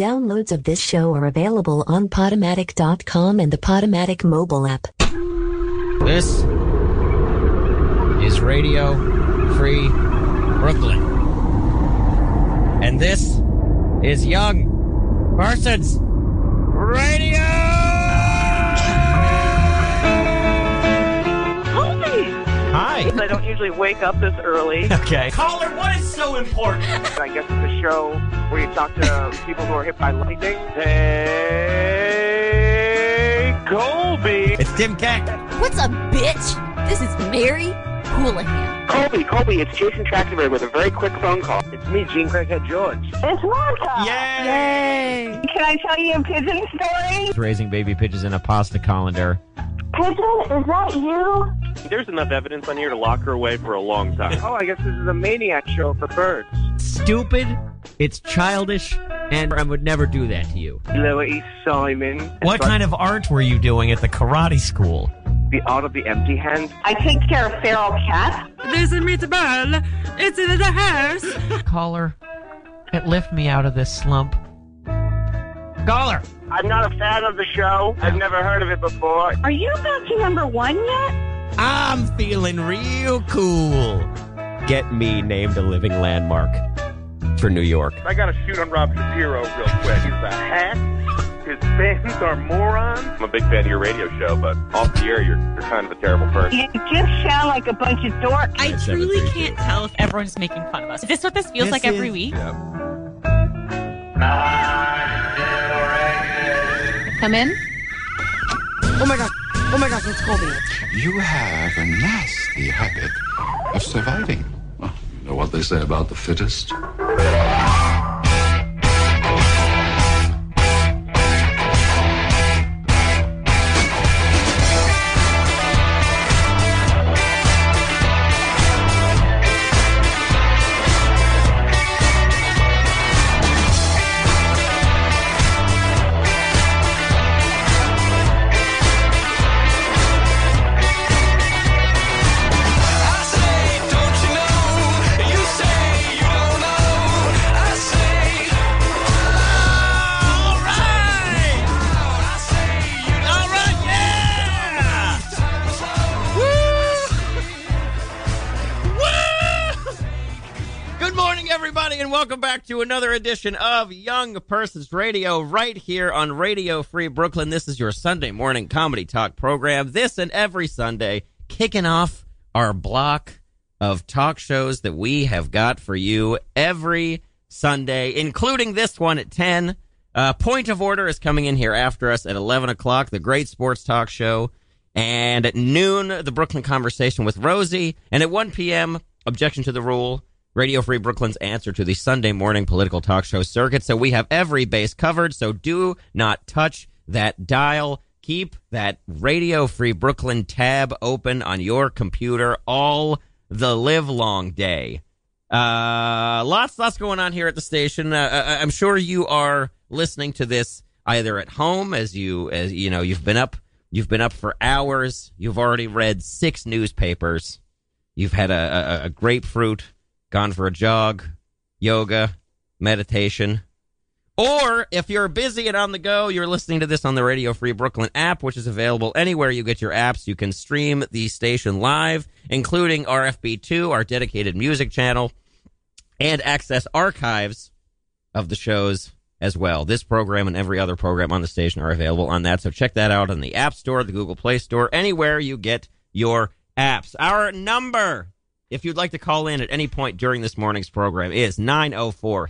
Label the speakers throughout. Speaker 1: Downloads of this show are available on Podomatic.com and the Podomatic mobile app.
Speaker 2: This is Radio Free Brooklyn. And this is Young Persons Radio! Hi.
Speaker 3: I don't usually wake up this early.
Speaker 2: Okay.
Speaker 4: Caller, what is so important?
Speaker 3: I guess it's a show where you talk to people who are hit by lightning. Hey, Colby.
Speaker 2: It's Tim Keck.
Speaker 5: What's up, bitch? This is Mary Houlihan.
Speaker 3: Colby, Colby, it's Jason Trachtenberg with a very quick phone call. It's me, Gene Craighead George.
Speaker 6: It's Monica.
Speaker 2: Yay!
Speaker 6: Can I tell you a pigeon story?
Speaker 2: Raising baby pigeons in a pasta colander.
Speaker 6: Pigeon, is that you?
Speaker 7: There's enough evidence on here to lock her away for a long time.
Speaker 3: Oh, I guess this is a maniac show for birds.
Speaker 2: Stupid. It's childish. And I would never do that to you.
Speaker 3: Louis Simon.
Speaker 8: What kind of art were you doing at the karate school?
Speaker 3: The art of the empty hand.
Speaker 6: I take care of feral cats.
Speaker 8: Caller, it lift me out of this slump. Caller,
Speaker 3: I'm not a fan of the show. I've never heard of it before.
Speaker 6: Are you about to number one yet?
Speaker 8: I'm feeling real cool.
Speaker 2: Get me named a living landmark for New York.
Speaker 7: I got to shoot on Rob Shapiro real quick. He's a hack. His fans are morons. I'm a big fan of your radio show, but off the air, you're, you're kind of a terrible person.
Speaker 6: You just sound like a bunch of dorks.
Speaker 9: I
Speaker 2: At
Speaker 9: truly
Speaker 2: 7:30.
Speaker 9: can't tell if everyone's making fun of us. Is this what this feels
Speaker 2: This
Speaker 9: like every
Speaker 2: is-
Speaker 9: week?
Speaker 5: Come in.
Speaker 10: You have a nasty habit of surviving. Well, you know what they say about the fittest?
Speaker 2: Good morning, everybody, and welcome back to another edition of Young Persons Radio right here on Radio Free Brooklyn. This is your Sunday morning comedy talk program. This and every Sunday, kicking off our block of talk shows that we have got for you every Sunday, including this one at 10. Uh, Point of Order is coming in here after us at 11 o'clock, the great sports talk show. And at noon, the Brooklyn Conversation with Rosie. And at 1 p.m., Objection to the Rule, Radio Free Brooklyn's answer to the Sunday morning political talk show circuit. So we have every base covered. So do not touch that dial. Keep that Radio Free Brooklyn tab open on your computer all the live long day. Uh, lots, lots going on here at the station. Uh, I, I'm sure you are listening to this either at home as you, as you know, you've been up, you've been up for hours. You've already read six newspapers. You've had a, a, a grapefruit, gone for a jog, yoga, meditation. Or if you're busy and on the go, you're listening to this on the Radio Free Brooklyn app, which is available anywhere you get your apps. You can stream the station live, including RFB2, our dedicated music channel, and access archives of the shows as well. This program and every other program on the station are available on that. So check that out on the App Store, the Google Play Store, anywhere you get your apps. Our number, if you'd like to call in at any point during this morning's program, is 904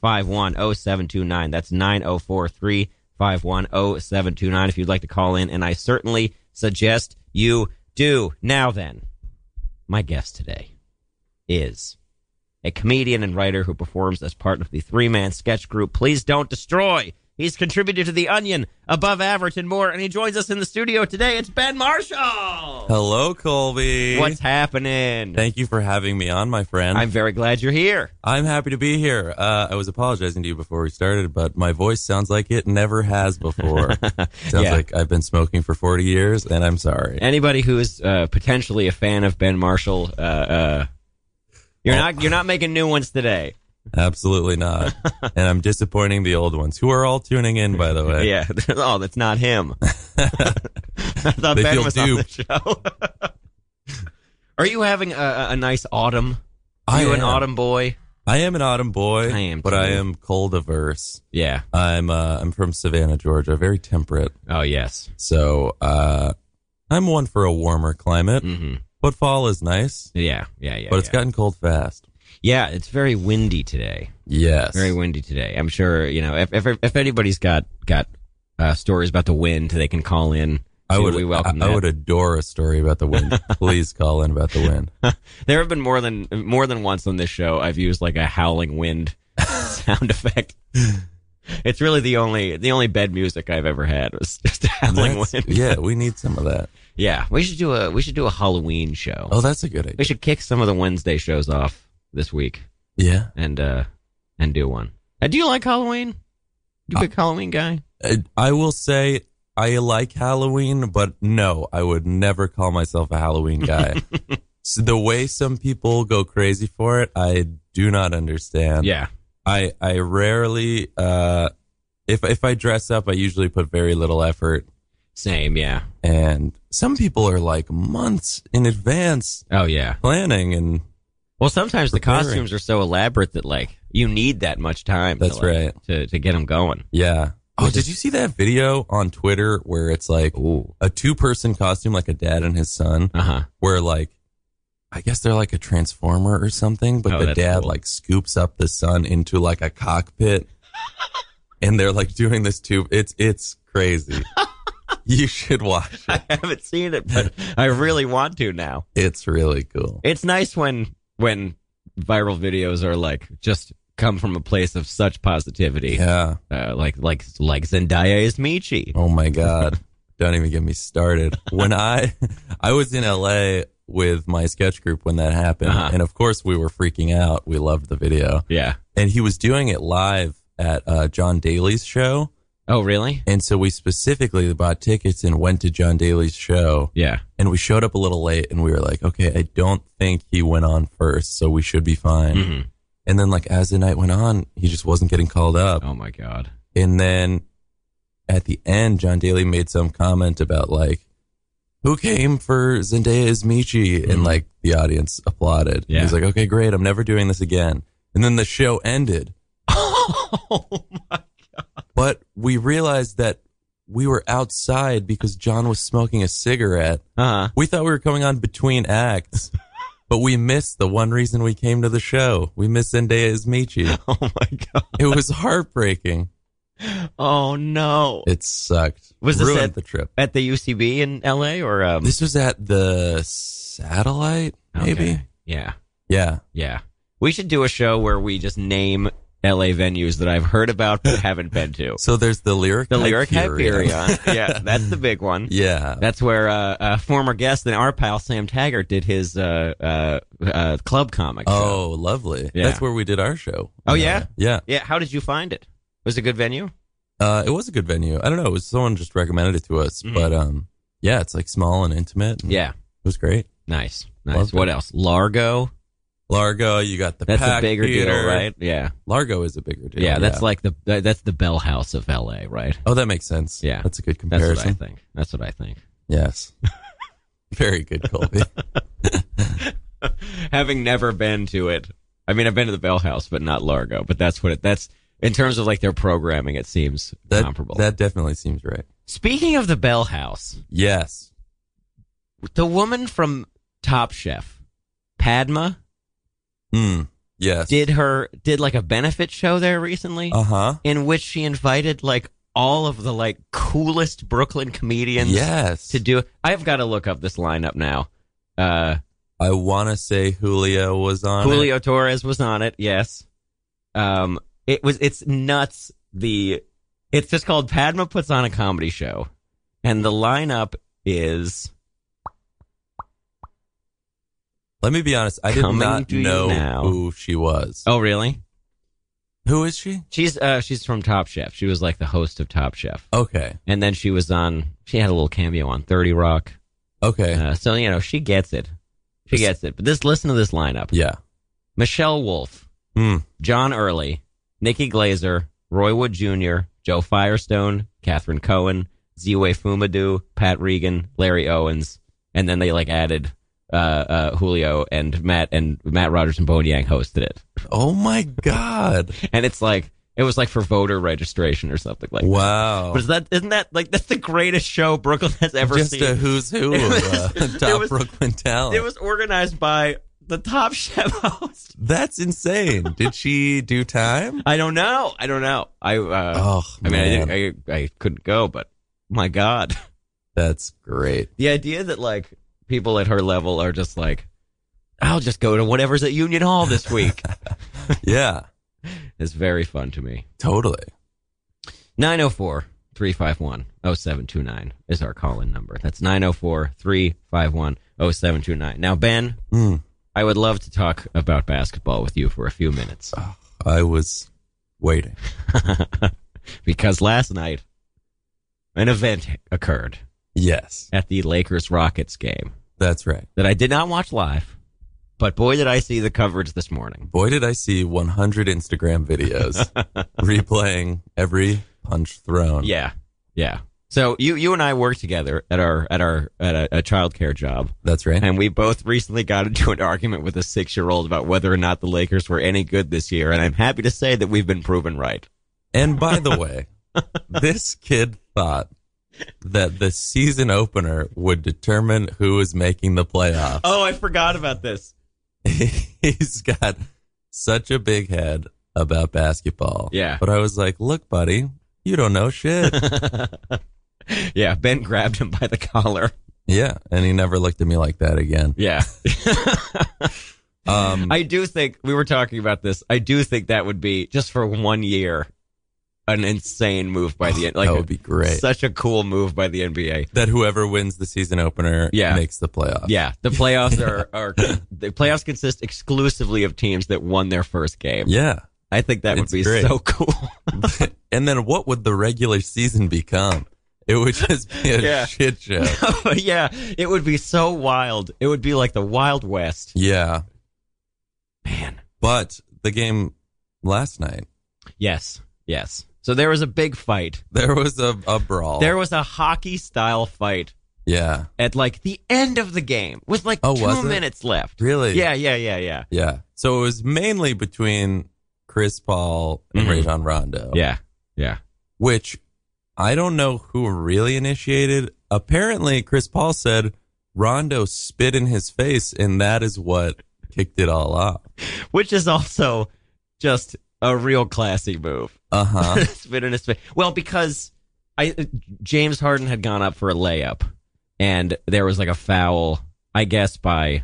Speaker 2: 351 0729. That's 904 351 0729 if you'd like to call in. And I certainly suggest you do. Now then, my guest today is a comedian and writer who performs as part of the three man sketch group Please Don't Destroy. He's contributed to The Onion, Above Average, and more, and he joins us in the studio today. It's Ben Marshall.
Speaker 11: Hello, Colby.
Speaker 2: What's happening?
Speaker 11: Thank you for having me on, my friend.
Speaker 2: I'm
Speaker 11: I'm,
Speaker 2: very glad you're here.
Speaker 11: happy to be here. Uh, I was apologizing to you before we started, but my voice sounds like it never has before. sounds
Speaker 2: Yeah.
Speaker 11: like I've been smoking for 40 years, and I'm sorry.
Speaker 2: Anybody who is uh, potentially a fan of Ben Marshall, uh, uh, you're not you're not making new ones today.
Speaker 11: Absolutely not. and I'm disappointing the old ones who are all tuning in, by the way.
Speaker 2: Yeah. Oh, that's not him. I thought
Speaker 11: They
Speaker 2: Ben
Speaker 11: feel
Speaker 2: was on the show. Are you having a, a nice autumn? Are
Speaker 11: I
Speaker 2: you an
Speaker 11: am.
Speaker 2: autumn boy?
Speaker 11: I am an autumn boy.
Speaker 2: I am
Speaker 11: But
Speaker 2: too.
Speaker 11: I am cold averse.
Speaker 2: Yeah.
Speaker 11: I'm uh, I'm from Savannah, Georgia, very temperate.
Speaker 2: Oh yes.
Speaker 11: So uh, I'm one for a warmer climate.
Speaker 2: Mm-hmm.
Speaker 11: But fall is nice.
Speaker 2: Yeah, yeah, yeah.
Speaker 11: but it's
Speaker 2: yeah.
Speaker 11: gotten cold fast.
Speaker 2: Yeah, it's very windy today.
Speaker 11: Yes.
Speaker 2: Very windy today. I'm sure you know if if, if anybody's got got uh, stories about the wind, they can call in.
Speaker 11: I
Speaker 2: So
Speaker 11: would
Speaker 2: we welcome.
Speaker 11: I, I
Speaker 2: that.
Speaker 11: would adore a story about the wind. Please call in about the wind.
Speaker 2: There have been more than more than once on this show I've used like a howling wind sound effect. It's really the only the only bed music I've ever had was just a howling
Speaker 11: That's-
Speaker 2: wind.
Speaker 11: yeah, we need some of that.
Speaker 2: Yeah, we should do a we should do a Halloween show.
Speaker 11: Oh, that's a good
Speaker 2: we
Speaker 11: idea.
Speaker 2: should kick some of the Wednesday shows off this week
Speaker 11: Yeah.
Speaker 2: and uh and do one. Uh, do you like Halloween?
Speaker 11: Uh,
Speaker 2: You a big Halloween guy?
Speaker 11: I, I will say I like Halloween, but no, I would never call myself a Halloween guy. so the way some people go crazy for it, I do not understand.
Speaker 2: Yeah.
Speaker 11: I I rarely uh if if I dress up, I usually put very little effort
Speaker 2: Same, yeah.
Speaker 11: and some people are like months in advance
Speaker 2: Oh yeah.
Speaker 11: planning and
Speaker 2: Well, sometimes the
Speaker 11: Preparing.
Speaker 2: costumes are so elaborate that like you need that much time.
Speaker 11: That's
Speaker 2: to, like,
Speaker 11: right.
Speaker 2: to to get them going.
Speaker 11: yeah. Oh,
Speaker 2: Which
Speaker 11: did
Speaker 2: is-
Speaker 11: you see that video on Twitter where it's like
Speaker 2: Ooh.
Speaker 11: a two person costume like a dad and his son
Speaker 2: Uh huh.
Speaker 11: where like I guess they're like a transformer or something, but
Speaker 2: Oh,
Speaker 11: the
Speaker 2: that's
Speaker 11: dad
Speaker 2: cool.
Speaker 11: like scoops up the son into like a cockpit, and they're like doing this tube. It's it's crazy. you should watch it.
Speaker 2: I haven't seen it, but I really want to now.
Speaker 11: It's really cool.
Speaker 2: It's nice when when viral videos are like just come from a place of such positivity.
Speaker 11: Yeah.
Speaker 2: Uh, like like like Zendaya is Michi.
Speaker 11: Oh my god. Don't even get me started. When I I was in LA with my sketch group when that happened,
Speaker 2: Uh-huh.
Speaker 11: and of course we were freaking out. We loved the video,
Speaker 2: Yeah.
Speaker 11: and he was doing it live at uh, John Daly's show.
Speaker 2: Oh really?
Speaker 11: And so we specifically bought tickets and went to John Daly's show.
Speaker 2: Yeah.
Speaker 11: And we showed up a little late and we were like, okay, I don't think he went on first, so we should be fine.
Speaker 2: Mhm.
Speaker 11: And then, like, as the night went on, he just wasn't getting called up.
Speaker 2: Oh my god.
Speaker 11: And then at the end, John Daly made some comment about, like, who came for Zendaya is Michi? And,
Speaker 2: Mhm.
Speaker 11: like, the audience applauded.
Speaker 2: Yeah.
Speaker 11: He's like, okay, great. I'm never doing this again. And then the show ended.
Speaker 2: Oh my.
Speaker 11: But we realized that we were outside because John was smoking a cigarette.
Speaker 2: Uh huh.
Speaker 11: We thought we were coming on between acts, but we missed the one reason we came to the show. We missed Zendaya is Michi.
Speaker 2: Oh my god.
Speaker 11: It was heartbreaking.
Speaker 2: Oh no.
Speaker 11: It sucked.
Speaker 2: Was this
Speaker 11: Ruined
Speaker 2: at-
Speaker 11: the trip.
Speaker 2: At the UCB in LA or um
Speaker 11: This was at the satellite, maybe.
Speaker 2: Okay. Yeah.
Speaker 11: Yeah.
Speaker 2: Yeah. We should do a show where we just name LA venues that I've heard about but haven't been to.
Speaker 11: So there's the lyric.
Speaker 2: The Lyric
Speaker 11: Hyperion.
Speaker 2: Hyperion. yeah, that's the big one.
Speaker 11: Yeah.
Speaker 2: That's where uh, a former guest and our pal Sam Taggart did his uh, uh, uh, club comic. show.
Speaker 11: Oh, lovely.
Speaker 2: Yeah.
Speaker 11: That's where we did our show.
Speaker 2: Oh, yeah?
Speaker 11: Yeah.
Speaker 2: yeah. How did you find it? Was it a good venue?
Speaker 11: Uh, it was a good venue. I don't know. It was someone just recommended it to us,
Speaker 2: Mhm.
Speaker 11: but um, yeah, it's like small and intimate. and
Speaker 2: Yeah,
Speaker 11: it was great.
Speaker 2: nice, nice.
Speaker 11: Loved
Speaker 2: what
Speaker 11: it.
Speaker 2: else? Largo.
Speaker 11: Largo, you got the
Speaker 2: That's a
Speaker 11: Pac
Speaker 2: bigger
Speaker 11: Theater.
Speaker 2: deal, right? Yeah.
Speaker 11: Largo is a bigger
Speaker 2: yeah,
Speaker 11: deal.
Speaker 2: That's like the that- that's the Bell House of L.A. Right?
Speaker 11: oh, that makes sense.
Speaker 2: Yeah.
Speaker 11: that's a good
Speaker 2: That's
Speaker 11: comparison.
Speaker 2: what I think. That's what I think.
Speaker 11: Yes, very good, Colby.
Speaker 2: having never been to it. I mean, I've been to the Bell House, but not Largo. But that's what it. That's in terms of like their programming, it seems
Speaker 11: that
Speaker 2: comparable.
Speaker 11: that definitely seems right.
Speaker 2: Speaking of the Bell House,
Speaker 11: Yes,
Speaker 2: the woman from Top Chef, Padma,
Speaker 11: Hmm. yes.
Speaker 2: did her did like a benefit show there recently,
Speaker 11: uh huh?
Speaker 2: in which she invited like all of the like coolest Brooklyn comedians
Speaker 11: Yes,
Speaker 2: to do. I've got to look up this lineup now. Uh,
Speaker 11: I want to say Julio was on. it.
Speaker 2: Julio Torres was on it. Yes. Um, it was. It's nuts. The it's just called Padma puts on a comedy show, and the lineup is
Speaker 11: Let me be honest. I did
Speaker 2: Coming
Speaker 11: not
Speaker 2: to you
Speaker 11: know
Speaker 2: now.
Speaker 11: who she was.
Speaker 2: oh really?
Speaker 11: Who is she?
Speaker 2: She's uh she's from Top Chef. She was like the host of Top Chef,
Speaker 11: Okay,
Speaker 2: and then she was on. She had a little cameo on Thirty Rock.
Speaker 11: okay,
Speaker 2: Uh, so you know she gets it. She gets it. But this listen to this lineup:
Speaker 11: yeah. Hmm.
Speaker 2: Michelle Wolf, John Early, Nikki Glazer, Roy Wood Jr., Joe Firestone, Catherine Cohen, Ziwe Fumadu, Pat Regan, Larry Owens, and then they like added uh, uh, Julio and Matt and Matt Rogers and Boniang hosted it.
Speaker 11: Oh my god!
Speaker 2: and it's like it was like for voter registration or something like.
Speaker 11: Wow.
Speaker 2: that. But is that isn't that like that's the greatest show Brooklyn has ever
Speaker 11: Just
Speaker 2: seen?
Speaker 11: a who's who of
Speaker 2: It was-
Speaker 11: uh,
Speaker 2: it
Speaker 11: top
Speaker 2: was-
Speaker 11: Brooklyn talent.
Speaker 2: It was organized by the Top Chef host.
Speaker 11: That's insane. Did she do time?
Speaker 2: I don't know. I don't know. I uh,
Speaker 11: Oh,
Speaker 2: I mean,
Speaker 11: man.
Speaker 2: I, didn't, I I couldn't go, but my God,
Speaker 11: that's great.
Speaker 2: The idea that like people at her level are just like, I'll just go to whatever's at Union Hall this week.
Speaker 11: yeah,
Speaker 2: it's very fun to me.
Speaker 11: Totally.
Speaker 2: 904 351 0729 is our call in number. That's 904 351 0729. Now, Ben,
Speaker 11: Mm.
Speaker 2: I would love to talk about basketball with you for a few minutes.
Speaker 11: I was waiting.
Speaker 2: because last night, an event occurred.
Speaker 11: Yes.
Speaker 2: At the Lakers Rockets game
Speaker 11: That's right.
Speaker 2: that I did not watch live, but boy, did I see the coverage this morning.
Speaker 11: Boy, did I see 100 Instagram videos replaying every punch thrown.
Speaker 2: Yeah. Yeah. So you you and I work together at our at our at a, a childcare job.
Speaker 11: That's right.
Speaker 2: And we both recently got into an argument with a six year old about whether or not the Lakers were any good this year, and I'm happy to say that we've been proven right.
Speaker 11: And by the way, this kid thought that the season opener would determine who is making the playoffs.
Speaker 2: Oh, I forgot about this.
Speaker 11: He's got such a big head about basketball.
Speaker 2: Yeah.
Speaker 11: But I was like, look, buddy, you don't know shit.
Speaker 2: Yeah, Ben grabbed him by the collar.
Speaker 11: yeah. And he never looked at me like that again.
Speaker 2: Yeah.
Speaker 11: Um,
Speaker 2: I do think we were talking about this. I do think that would be just for one year an insane move by the like
Speaker 11: Oh, that would be great.
Speaker 2: Such a cool move by the NBA.
Speaker 11: that whoever wins the season opener
Speaker 2: Yeah.
Speaker 11: makes the playoffs.
Speaker 2: Yeah, the playoffs are are the playoffs consist exclusively of teams that won their first game.
Speaker 11: Yeah.
Speaker 2: I think that would
Speaker 11: It's
Speaker 2: be
Speaker 11: great.
Speaker 2: so cool.
Speaker 11: and then what would the regular season become? It would just be a
Speaker 2: Yeah.
Speaker 11: shit show.
Speaker 2: yeah, it would be so wild. It would be like the Wild West.
Speaker 11: Yeah.
Speaker 2: Man.
Speaker 11: But the game last night,
Speaker 2: Yes. Yes. So there was a big fight.
Speaker 11: there was a, a brawl.
Speaker 2: There was a hockey style fight
Speaker 11: yeah.
Speaker 2: at like the end of the game with like
Speaker 11: Oh,
Speaker 2: two
Speaker 11: was it?
Speaker 2: minutes left.
Speaker 11: Really?
Speaker 2: Yeah, yeah, yeah, yeah.
Speaker 11: Yeah. So it was mainly between Chris Paul and
Speaker 2: Mhm.
Speaker 11: Rajon Rondo.
Speaker 2: Yeah. Yeah.
Speaker 11: Which I don't know who really initiated. Apparently, Chris Paul said Rondo spit in his face, and that is what kicked it all off.
Speaker 2: Which is also just a real classy move.
Speaker 11: Uh huh.
Speaker 2: spit in his face. Well, because I James Harden had gone up for a layup, and there was like a foul, I guess by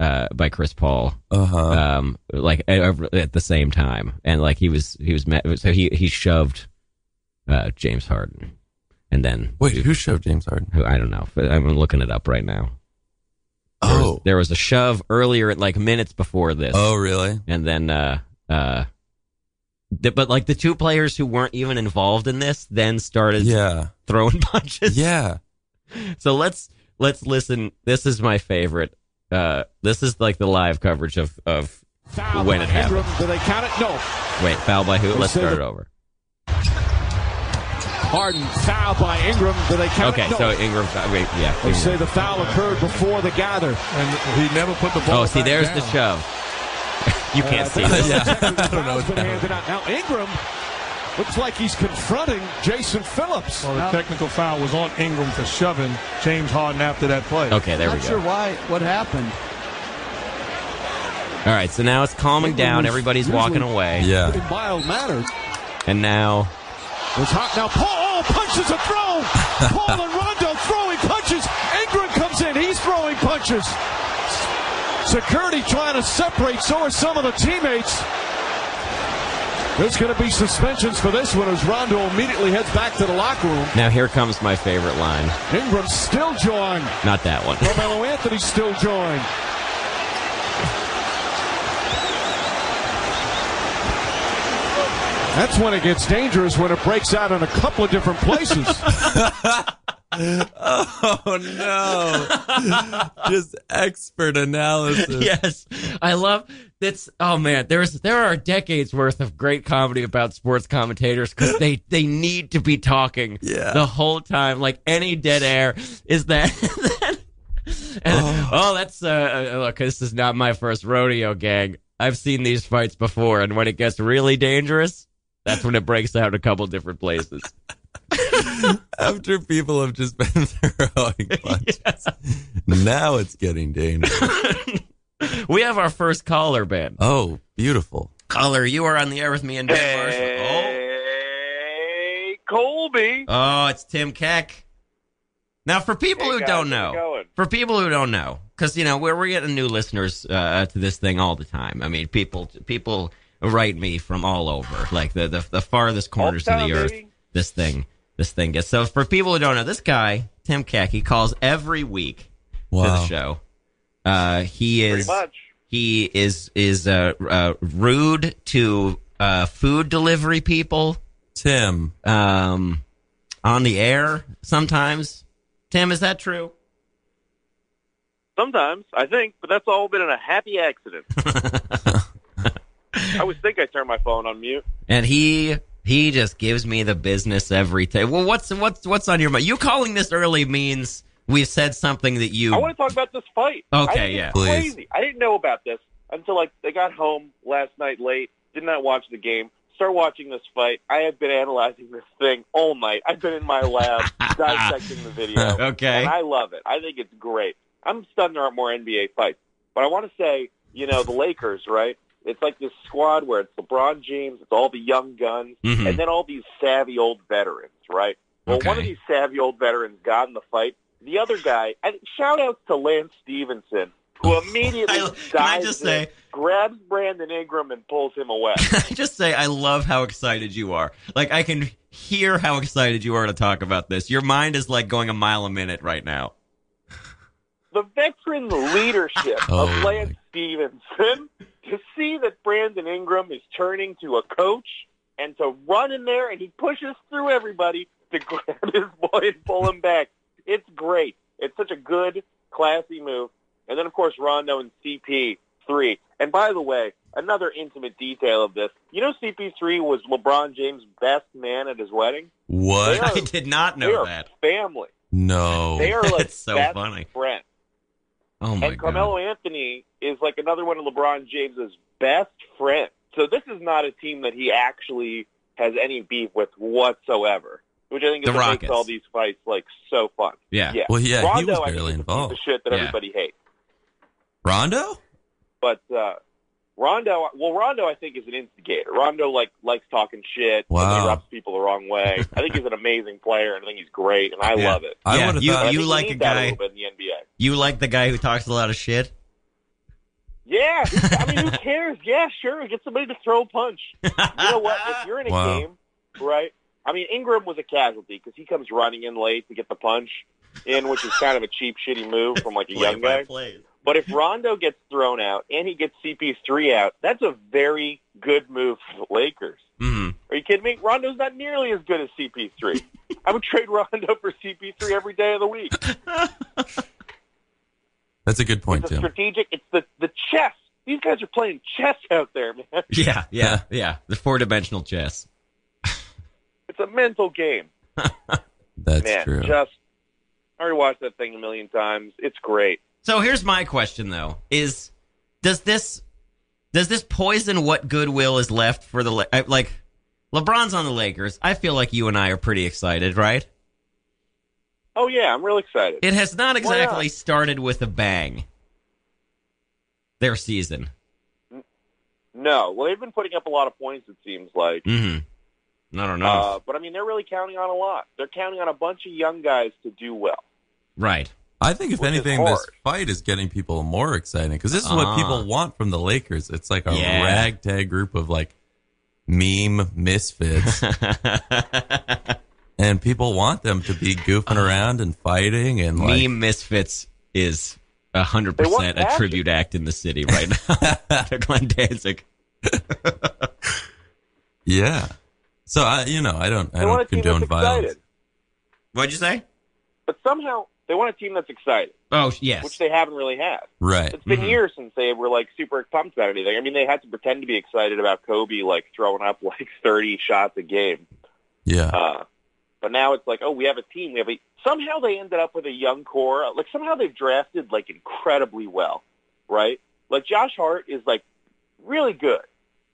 Speaker 2: uh, by Chris Paul,
Speaker 11: Uh huh.
Speaker 2: um, like at, at the same time, and like he was he was met, so he he shoved uh, James Harden, and then
Speaker 11: Wait, who showed James Harden?
Speaker 2: I don't know. I'm looking it up right now. There was-
Speaker 11: Oh.
Speaker 2: there was a shove earlier, at like minutes before this.
Speaker 11: Oh, really?
Speaker 2: and then uh uh th- but like the two players who weren't even involved in this then started
Speaker 11: Yeah.
Speaker 2: throwing punches
Speaker 11: Yeah.
Speaker 2: so let's let's listen this is my favorite uh this is like the live coverage of of when it happened
Speaker 10: Do they count it? No.
Speaker 2: wait foul by who let's
Speaker 10: Say
Speaker 2: start
Speaker 10: the-
Speaker 2: it over
Speaker 10: Harden foul by Ingram. Do they count
Speaker 2: okay
Speaker 10: it? No.
Speaker 2: so ingram wait yeah
Speaker 10: They
Speaker 2: Ingram.
Speaker 10: say the foul occurred before the gather, and he never put the ball.
Speaker 2: oh see
Speaker 10: back
Speaker 2: there's
Speaker 10: down.
Speaker 2: the shove you
Speaker 10: Uh,
Speaker 2: can't see this.
Speaker 11: Yeah.
Speaker 10: I don't know. Now Ingram looks like he's confronting Jason Phillips.
Speaker 12: Well, the technical foul was on Ingram for shoving James Harden after that play.
Speaker 2: okay there we
Speaker 7: Not sure
Speaker 2: go
Speaker 7: why what happened.
Speaker 2: all right so now it's calming down everybody's walking away
Speaker 11: Yeah.
Speaker 10: In mild manners,
Speaker 2: and now
Speaker 10: was hot. Now Paul oh, punches a throw. Paul and Rondo throwing punches. Ingram comes in. He's throwing punches. Security trying to separate. So are some of the teammates. There's going to be suspensions for this one as Rondo immediately heads back to the locker room.
Speaker 2: now here comes my favorite line
Speaker 10: Ingram still joined.
Speaker 2: not that one
Speaker 10: Romelo Anthony still joined. That's when it gets dangerous when it breaks out in a couple of different places.
Speaker 11: oh no! Just expert analysis.
Speaker 2: yes, I love that's. Oh man, there's there are decades worth of great comedy about sports commentators because they they need to be talking
Speaker 11: Yeah.
Speaker 2: the whole time. Like any dead air is that. and, oh. that's uh, uh, look. This is not my first rodeo, gang. I've seen these fights before, and when it gets really dangerous, that's when it breaks out a couple different places.
Speaker 11: After people have just been throwing punches, now it's getting dangerous.
Speaker 2: we have our first caller, Ben.
Speaker 11: Oh, beautiful.
Speaker 2: Caller, you are on the air with me and Ben
Speaker 3: Hey, Colby.
Speaker 2: Oh, it's Tim Keck. Now, for people
Speaker 3: Hey,
Speaker 2: who
Speaker 3: guys,
Speaker 2: don't know,
Speaker 3: how's it going?
Speaker 2: for people who don't know, because you know we're we're getting new listeners uh, to this thing all the time. I mean, people people write me from all over, like the the, the farthest corners of the
Speaker 3: Hometown,
Speaker 2: earth.
Speaker 3: baby.
Speaker 2: This thing this thing gets. So, for people who don't know, this guy Tim Keck, he calls every week to the
Speaker 11: Wow.
Speaker 2: show. Uh, he is
Speaker 3: Pretty much.
Speaker 2: he is is uh, uh, rude to uh, food delivery people.
Speaker 11: Tim,
Speaker 2: um, on the air sometimes. Tim, is that true?
Speaker 3: Sometimes, I think, but that's all been in a happy accident. I always think I turn my phone on mute.
Speaker 2: And he he just gives me the business every day. Well, what's what's what's on your mind? You calling this early means we've said something that you.
Speaker 3: I want to talk about this fight.
Speaker 2: Okay,
Speaker 3: I think
Speaker 2: yeah.
Speaker 3: it's
Speaker 2: Please.
Speaker 3: Crazy. I didn't know about this until like I got home last night late. Did not watch the game. Start watching this fight. I have been analyzing this thing all night. I've been in my lab dissecting the video.
Speaker 2: Okay.
Speaker 3: and I love it. I think it's great. I'm stunned there aren't more NBA fights, but I want to say, you know, the Lakers, right? It's like this squad where it's LeBron James, it's all the young guns,
Speaker 2: Mhm.
Speaker 3: and then all these savvy old veterans, right? Well, one of
Speaker 2: Okay.
Speaker 3: these savvy old veterans got in the fight. The other guy, and shout outs to Lance Stevenson, who immediately dives
Speaker 2: can I just
Speaker 3: in,
Speaker 2: say-
Speaker 3: grabs Brandon Ingram and pulls him away.
Speaker 2: I just say I love how excited you are. Like I can hear how excited you are to talk about this. Your mind is like going a mile a minute right now.
Speaker 3: the veteran leadership
Speaker 11: Oh,
Speaker 3: of Lance Stevenson to see that Brandon Ingram is turning to a coach and to run in there and he pushes through everybody to grab his boy and pull him back. It's great. It's such a good, classy move. And then of course Rondo and CP three. And by the way, another intimate detail of this. You know CP three was LeBron James' best man at his wedding?
Speaker 11: what?
Speaker 3: They are-
Speaker 2: I did not
Speaker 3: they
Speaker 2: know
Speaker 3: are
Speaker 2: that. Oh,
Speaker 3: Family.
Speaker 11: No.
Speaker 3: They are like
Speaker 2: That's so
Speaker 3: best
Speaker 2: funny.
Speaker 3: friends
Speaker 2: Oh my
Speaker 3: and Carmelo Anthony is like another one of LeBron James's best friends. So this is not a team that he actually has any beef with whatsoever, which I think is
Speaker 2: The
Speaker 3: what
Speaker 2: Rockets.
Speaker 3: makes all these fights like so fun.
Speaker 2: Yeah.
Speaker 3: yeah.
Speaker 11: Well, yeah, he
Speaker 3: Rondo,
Speaker 11: was
Speaker 3: I think,
Speaker 11: barely
Speaker 3: is a piece of
Speaker 11: involved.
Speaker 3: shit that
Speaker 2: Yeah.
Speaker 3: everybody hates,
Speaker 11: Rondo?
Speaker 3: but uh, Rondo, well, Rondo, I think is an instigator. Rondo like likes talking shit. And
Speaker 11: Wow.
Speaker 3: he rubs people the wrong way. I think he's an amazing player, and I think he's great, and I
Speaker 2: Yeah.
Speaker 3: love it.
Speaker 11: I
Speaker 2: Yeah,
Speaker 11: would've
Speaker 2: you-
Speaker 11: thought-
Speaker 3: But I
Speaker 2: you
Speaker 3: think we
Speaker 2: like a
Speaker 3: need that
Speaker 2: guy-
Speaker 3: a little bit in the NBA.
Speaker 2: You like the guy who talks a lot of shit?
Speaker 3: Yeah, who- I mean, who cares? Yeah, sure, get somebody to throw a punch. You know what? If you're in a
Speaker 11: Wow.
Speaker 3: game, right? I mean, Ingram was a casualty because he comes running in late to get the punch in, which is kind of a cheap, shitty move from like a young guy. But if Rondo gets thrown out and he gets CP3 out, that's a very good move for the Lakers.
Speaker 2: hmm
Speaker 3: Are you kidding me? Rondo's not nearly as good as CP3. I would trade Rondo for CP3 every day of the week.
Speaker 11: That's a good point,
Speaker 3: It's a
Speaker 11: Tim.
Speaker 3: strategic. It's the the chess. These guys are playing chess out there, man.
Speaker 2: Yeah, yeah, yeah. The four dimensional chess.
Speaker 3: It's a mental game.
Speaker 11: That's
Speaker 3: Man,
Speaker 11: true.
Speaker 3: just I already watched that thing a million times. It's great.
Speaker 2: So here's my question though: Is does this does this poison what goodwill is left for the La- I- like? LeBron's on the Lakers. I feel like you and I are pretty excited, right?
Speaker 3: Oh yeah, I'm real excited.
Speaker 2: It has not
Speaker 3: Why not?
Speaker 2: exactly started with a bang. Their season.
Speaker 3: No, well they've been putting up a lot of points. It seems like,
Speaker 11: Mm,
Speaker 2: Mm-hmm. I don't know.
Speaker 3: uh, but I mean they're really counting on a lot. They're counting on a bunch of young guys to do well.
Speaker 2: right.
Speaker 11: I think, if
Speaker 3: which is
Speaker 11: anything, this
Speaker 3: hard.
Speaker 11: fight is getting people more excited because this is what
Speaker 2: Ah.
Speaker 11: people want from the Lakers. It's like a
Speaker 2: Yeah.
Speaker 11: ragtag group of like meme misfits, and people want them to be goofing around and fighting and like.
Speaker 2: Meme Misfits is hundred
Speaker 3: They want
Speaker 2: percent a
Speaker 3: action.
Speaker 2: tribute act in the city right now to Glenn Danzig.
Speaker 11: Yeah. So I, you know, I don't, I
Speaker 3: they want
Speaker 11: don't
Speaker 3: a team
Speaker 11: condone
Speaker 3: that's
Speaker 11: violence.
Speaker 3: excited.
Speaker 2: What'd you say?
Speaker 3: But somehow they want a team that's excited.
Speaker 2: Oh yes,
Speaker 3: which they haven't really had.
Speaker 11: Right. Mm-hmm.
Speaker 3: It's been years since they were like super pumped about anything. I mean, they had to pretend to be excited about Kobe like throwing up like thirty shots a game.
Speaker 11: Yeah.
Speaker 3: Uh, but now it's like, oh, we have a team. We have a somehow they ended up with a young core. Uh, Like somehow they've drafted like incredibly well, right? Like Josh Hart is like really good.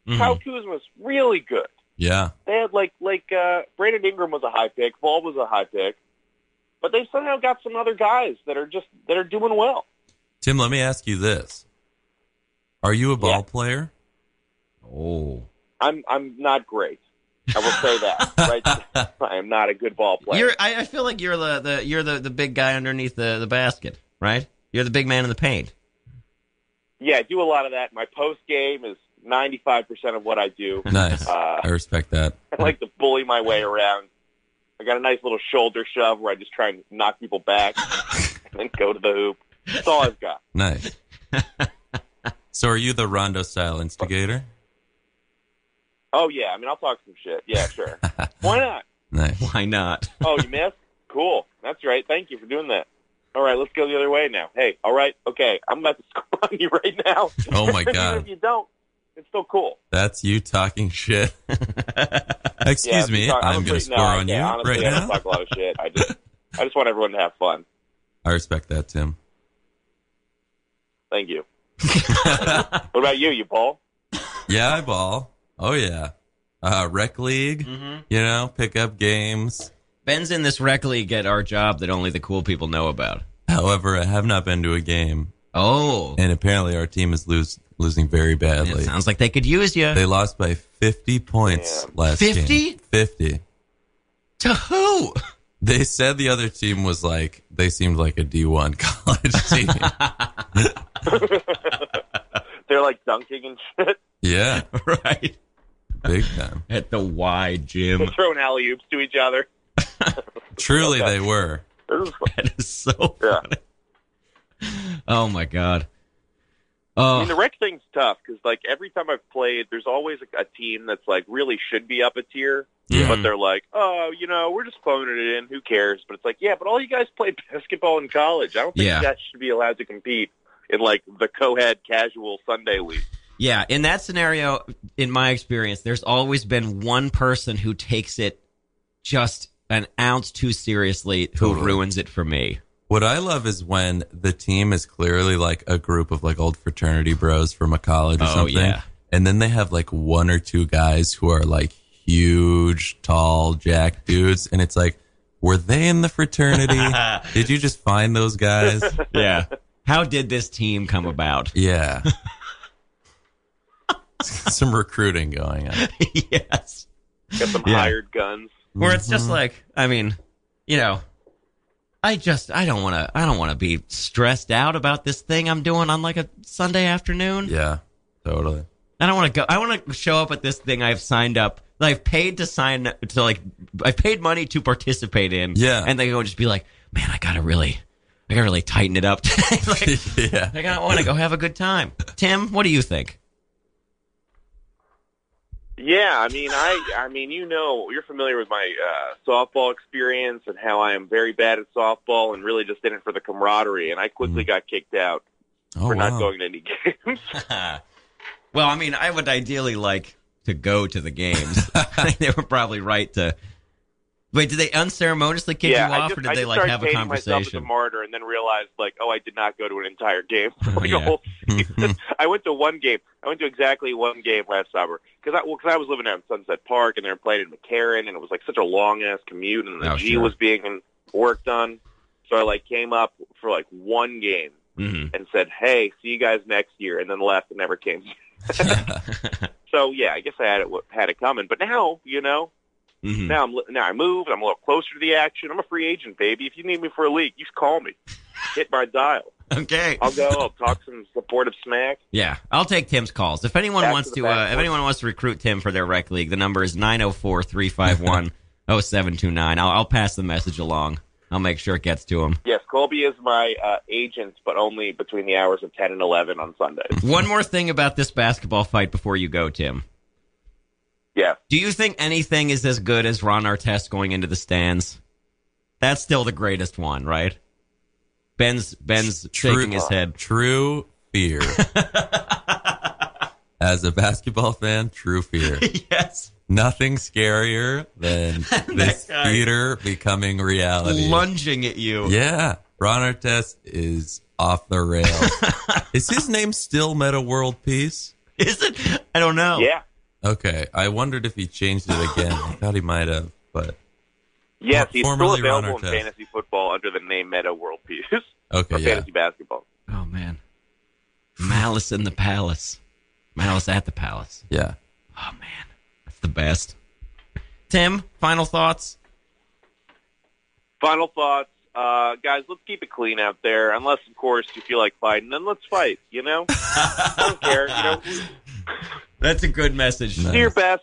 Speaker 11: Mhm.
Speaker 3: Kyle Kuzma's really good.
Speaker 11: Yeah.
Speaker 3: They had like like uh, Brandon Ingram was a high pick, Ball was a high pick, but they've somehow got some other guys that are just that are doing well.
Speaker 11: Tim, let me ask you this. Are you a ball player? Oh.
Speaker 3: I'm I'm not great. I will say that. Right? I am not a good ball player.
Speaker 2: You're, I, I feel like you're the, the you're the, the big guy underneath the, the basket, right? You're the big man in the paint.
Speaker 3: yeah, I do a lot of that. My post game is 95% of what I do.
Speaker 11: Nice.
Speaker 3: Uh,
Speaker 11: I respect that.
Speaker 3: I like to bully my way around. I got a nice little shoulder shove where I just try and knock people back and then go to the hoop. That's all I've got.
Speaker 11: Nice. so are you the Rondo style instigator?
Speaker 3: Oh, yeah. I mean, I'll talk some shit. Yeah, sure. Why not?
Speaker 11: Nice.
Speaker 2: Why not?
Speaker 3: Oh, you missed? Cool. That's right. Thank you for doing that. All right, let's go the other way now. Hey, all right, okay, I'm about to score on you right now.
Speaker 11: Oh, my
Speaker 3: Even
Speaker 11: God.
Speaker 3: if you don't, it's still cool.
Speaker 11: That's you talking shit.
Speaker 3: Yeah,
Speaker 11: Excuse
Speaker 3: if you
Speaker 11: me,
Speaker 3: talk-
Speaker 11: I'm,
Speaker 3: a
Speaker 11: going to
Speaker 3: pretty-
Speaker 11: score
Speaker 3: no, I
Speaker 11: on
Speaker 3: can't.
Speaker 11: you
Speaker 3: Honestly,
Speaker 11: right
Speaker 3: I don't
Speaker 11: now.
Speaker 3: talk a lot of shit. I just, I just want everyone to have fun.
Speaker 11: I respect that, Tim.
Speaker 3: Thank you. what about you, you Paul?
Speaker 11: Yeah, I ball. Oh yeah, uh, rec league.
Speaker 3: Mm-hmm.
Speaker 11: You know, pick up games.
Speaker 2: Ben's in this rec league at our job that only the cool people know about.
Speaker 11: However, I have not been to a game.
Speaker 2: Oh,
Speaker 11: and apparently our team is lose, losing very badly.
Speaker 2: It sounds like they could use you.
Speaker 11: They lost by fifty points last game.
Speaker 2: 50?
Speaker 11: Fifty.
Speaker 2: To who?
Speaker 11: They said the other team was like they seemed like a D one college team.
Speaker 3: They're like dunking and shit.
Speaker 11: yeah,
Speaker 2: right.
Speaker 11: Big time
Speaker 2: at the Y
Speaker 3: They're
Speaker 2: gym.
Speaker 3: throwing alley oops to each other.
Speaker 11: Truly, they were.
Speaker 3: This is
Speaker 2: That is so funny. Oh my god.
Speaker 3: I
Speaker 2: Oh,
Speaker 3: mean, the rec thing's tough because, like, every time I've played, there's always a, a team that's like really should be up a tier,
Speaker 11: Yeah.
Speaker 2: Hmm.
Speaker 3: but they're like, oh, you know, we're just phoning it in. Who cares? But it's like, yeah, but all you guys played basketball in college. I don't think
Speaker 2: Yeah.
Speaker 3: you guys should be allowed to compete in like the co-head casual Sunday league.
Speaker 2: yeah. In that scenario, in my experience, there's always been one person who takes it just an ounce too seriously, who
Speaker 11: Totally.
Speaker 2: ruins it for me.
Speaker 11: What I love is when the team is clearly like a group of like old fraternity bros from a college or
Speaker 2: Oh,
Speaker 11: something.
Speaker 2: yeah.
Speaker 11: And then they have like one or two guys who are like huge, tall, jack dudes. And it's like, were they in the fraternity? Did you just find those guys?
Speaker 2: yeah. How did this team come about?
Speaker 11: Yeah. Some recruiting going on.
Speaker 2: yes.
Speaker 3: Got some
Speaker 2: Yeah.
Speaker 3: hired guns.
Speaker 2: Where it's
Speaker 11: Mm-hmm.
Speaker 2: just like, I mean, you know, I just I don't want to I don't want to be stressed out about this thing I'm doing on like a Sunday afternoon.
Speaker 11: Yeah. Totally.
Speaker 2: I don't want to go. I want to show up at this thing I've signed up. that I've paid to sign to like. I paid money to participate in.
Speaker 11: Yeah.
Speaker 2: and they go just be like, man, I gotta really, I gotta really tighten it up today. like,
Speaker 11: yeah.
Speaker 2: I gotta want to go have a good time. Tim, what do you think?
Speaker 3: Yeah, I mean, I, I mean, you know, you're familiar with my uh, softball experience and how I am very bad at softball and really just in it for the camaraderie. And I quickly
Speaker 2: Mm.
Speaker 3: got kicked out
Speaker 11: Oh,
Speaker 3: for
Speaker 11: wow.
Speaker 3: not going to any games.
Speaker 2: Well, I mean, I would ideally like to go to the games. I think they were probably right to. Wait, did they unceremoniously kick
Speaker 3: yeah,
Speaker 2: you
Speaker 3: I
Speaker 2: off,
Speaker 3: just,
Speaker 2: or did
Speaker 3: I
Speaker 2: they
Speaker 3: just
Speaker 2: like
Speaker 3: started
Speaker 2: have a
Speaker 3: painting myself as a
Speaker 2: conversation?
Speaker 3: martyr and then realized, like, oh, I did not go to an entire game. like
Speaker 2: yeah.
Speaker 3: a whole season. I went to one game. I went to exactly one game last summer because I, well, 'cause I was living out in Sunset Park and they were playing in McCarran and it was like such a long ass commute and the
Speaker 2: Oh,
Speaker 3: G
Speaker 2: sure.
Speaker 3: was being worked on. So I like came up for like one game
Speaker 2: Mhm.
Speaker 3: and said, "Hey, see you guys next year," and then left and never came. so yeah, I guess I had it had it coming. But now, you know,
Speaker 11: Hmm.
Speaker 2: Mhm.
Speaker 3: now I'm li- now I moved. I'm a little closer to the action. I'm a free agent, baby. If you need me for a league, you just call me. Hit my dial.
Speaker 2: Okay.
Speaker 3: I'll go. I'll talk some supportive smack.
Speaker 2: Yeah, I'll take Tim's calls. If anyone
Speaker 3: Back
Speaker 2: wants
Speaker 3: to
Speaker 2: to,
Speaker 3: the
Speaker 2: uh,
Speaker 3: back.
Speaker 2: if anyone wants to recruit Tim for their rec league, the number is 904-351-0729. I'll, I'll pass the message along. I'll make sure it gets to him.
Speaker 3: Yes, Colby is my uh, agent, but only between the hours of ten and eleven on Sundays.
Speaker 2: One more thing about this basketball fight before you go, Tim.
Speaker 3: Yeah.
Speaker 2: Do you think anything is as good as Ron Artest going into the stands? That's still the greatest one, right? Ben's Ben's shaking his head.
Speaker 11: True fear. As a basketball fan, true fear.
Speaker 2: yes.
Speaker 11: Nothing scarier than this
Speaker 2: guy.
Speaker 11: theater becoming reality.
Speaker 2: Lunging at you.
Speaker 11: Yeah. Ron Artest is off the rails. is his name still Meta World Peace?
Speaker 2: Is it? I don't know.
Speaker 11: Oh.
Speaker 7: Yeah.
Speaker 11: Okay. I wondered if he changed it again. I thought he might have, but
Speaker 7: Yes, he's still
Speaker 11: Formerly Ron
Speaker 7: available in
Speaker 11: Artest.
Speaker 7: fantasy football under the name Meta World Peace.
Speaker 11: Okay,
Speaker 7: Or
Speaker 11: yeah.
Speaker 7: fantasy basketball.
Speaker 2: Oh man. Malice in the Palace. Malice at the Palace.
Speaker 11: yeah.
Speaker 2: Oh, That's the best. Tim, final thoughts?
Speaker 7: Final thoughts, uh, guys. Let's keep it clean out there, unless, of course, you feel like fighting. Then let's fight. You know, I don't care. You know,
Speaker 2: That's a good message.
Speaker 7: do your best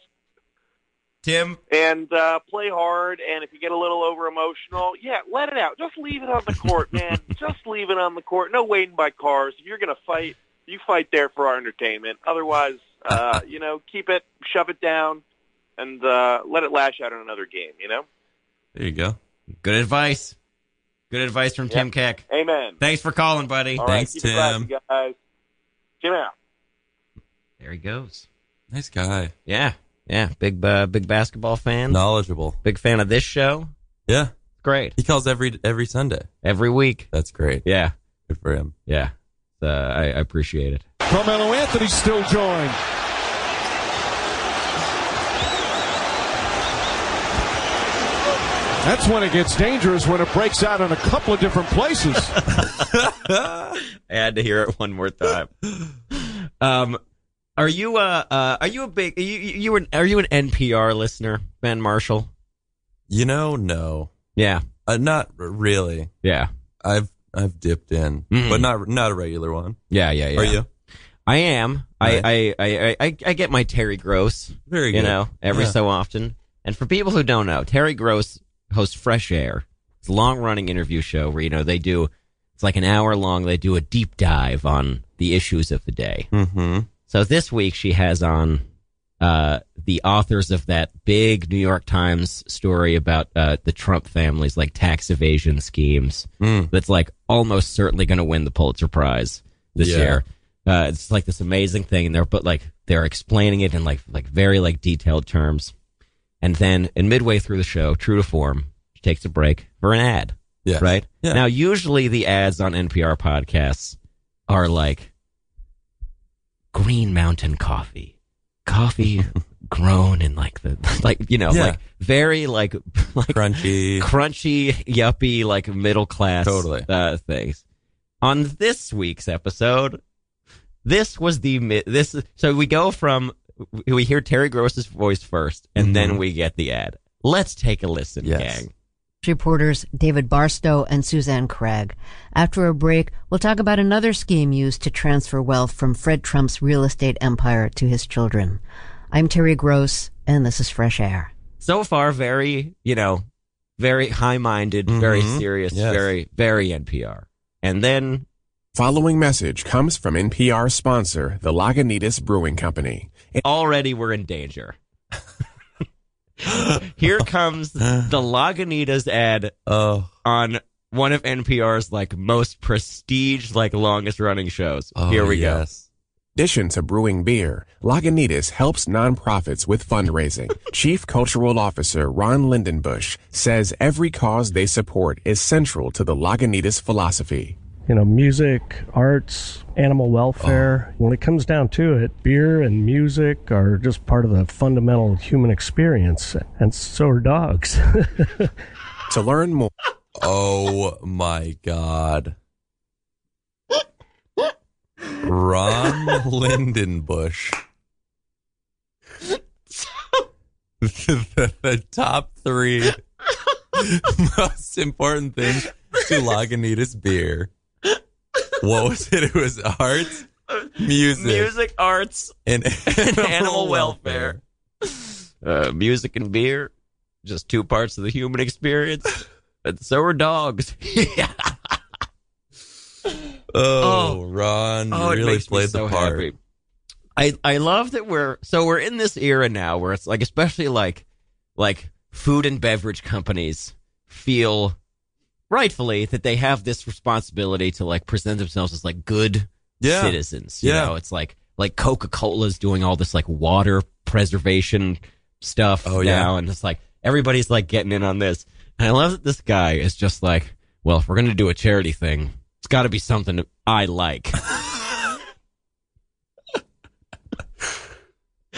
Speaker 2: Tim,
Speaker 7: and uh, play hard. And if you get a little over emotional, yeah, let it out. Just leave it on the court, man. Just leave it on the court. No waiting by cars. If you're gonna fight, you fight there for our entertainment. Otherwise, uh, you know, keep it, shove it down, and uh, let it lash out in another game. You know.
Speaker 11: There you go.
Speaker 2: Good advice. Good advice from Tim Keck.
Speaker 7: Amen.
Speaker 2: Thanks for calling, buddy.
Speaker 7: All right, keep it rising, guys. Jim out.
Speaker 2: There he goes.
Speaker 11: Nice guy.
Speaker 2: Yeah. Yeah. Big uh, big basketball fan.
Speaker 11: Knowledgeable.
Speaker 2: Big fan of this show.
Speaker 11: Yeah.
Speaker 2: Great.
Speaker 11: He calls every every Sunday.
Speaker 2: Every week.
Speaker 11: That's great.
Speaker 2: Yeah.
Speaker 11: Good for him.
Speaker 2: Yeah. Uh, I, I appreciate it.
Speaker 10: Carmelo Anthony still joined. That's when it gets dangerous when it breaks out in a couple of different places.
Speaker 2: I had to hear it one more time. Um, are you uh, uh are you a big you you you an, are you an NPR listener, Ben Marshall?
Speaker 11: You know, no.
Speaker 2: Yeah.
Speaker 11: Uh, not r- really.
Speaker 2: Yeah.
Speaker 11: I've I've dipped in,
Speaker 2: Mhm.
Speaker 11: but not not a regular one.
Speaker 2: Yeah, yeah, yeah.
Speaker 11: Are you?
Speaker 2: I am.
Speaker 11: Right.
Speaker 2: I, I, I, I, I get my Terry Gross.
Speaker 11: Very
Speaker 2: You
Speaker 11: good.
Speaker 2: know, every
Speaker 11: Yeah.
Speaker 2: so often. And for people who don't know, Terry Gross hosts Fresh Air. It's a long running interview show where, you know, they do, it's like an hour long. They do a deep dive on the issues of the day.
Speaker 11: Mm-hmm.
Speaker 2: So this week she has on uh, the authors of that big New York Times story about uh, the Trump family's like tax evasion schemes.
Speaker 11: Mm.
Speaker 2: That's like almost certainly going to win the Pulitzer Prize this
Speaker 11: Yeah.
Speaker 2: year. Uh, it's like this amazing thing, and they're but like they're explaining it in like like very like detailed terms. And then, and midway through the show, true to form, she takes a break for an ad.
Speaker 11: Yes.
Speaker 2: Right
Speaker 11: Yeah.
Speaker 2: now, usually the ads on NPR podcasts are like Green Mountain Coffee, coffee grown in like the like you know
Speaker 11: Yeah.
Speaker 2: like very like like
Speaker 11: Crunchy.
Speaker 2: crunchy yuppie like middle class
Speaker 11: Totally.
Speaker 2: uh, things. On this week's episode, this was the mi- this so we go from we hear Terry Gross's voice first, and then
Speaker 11: Mhm.
Speaker 2: we get the ad. Let's take a listen, gang.
Speaker 13: Reporters David Barstow and Suzanne Craig. After a break, we'll talk about another scheme used to transfer wealth from Fred Trump's real estate empire to his children. I'm Terry Gross, and this is Fresh Air.
Speaker 2: so far very you know very high minded very serious
Speaker 3: Mm-hmm. Yes.
Speaker 2: very very npr and then
Speaker 3: Following message comes from NPR sponsor, the Lagunitas Brewing Company.
Speaker 2: already we're in danger here comes the lagunitas ad
Speaker 3: Oh.
Speaker 2: on one of npr's like most prestige like longest running shows here we
Speaker 3: Oh,
Speaker 2: go
Speaker 3: In addition to brewing beer, Lagunitas helps nonprofits with fundraising. Chief Cultural Officer Ron Lindenbush says every cause they support is central to the Lagunitas philosophy.
Speaker 6: you know, music, arts, animal welfare. When it comes down to it, beer and music are just part of the fundamental human experience, and so are dogs.
Speaker 3: to learn more,
Speaker 11: Oh my God. Ron Lindenbush. the, the- the top three most important things to Lagunitas beer. What was it? It was arts, music,
Speaker 2: music arts
Speaker 11: and
Speaker 2: and animal welfare uh, music and beer just two parts of the human experience and so are dogs
Speaker 11: Oh, Ron
Speaker 2: Oh, it
Speaker 11: really
Speaker 2: makes me
Speaker 11: played
Speaker 2: so
Speaker 11: the part.
Speaker 2: happy. I I love that we're so we're in this era now where it's like especially like like food and beverage companies feel rightfully that they have this responsibility to like present themselves as like good
Speaker 11: Yeah.
Speaker 2: citizens. You
Speaker 11: Yeah.
Speaker 2: know, it's like like Coca Cola's doing all this like water preservation stuff
Speaker 11: Oh, yeah.
Speaker 2: now, and it's like everybody's like getting in on this. And I love that this guy is just like, well, if we're gonna do a charity thing, it's got to be something that I like.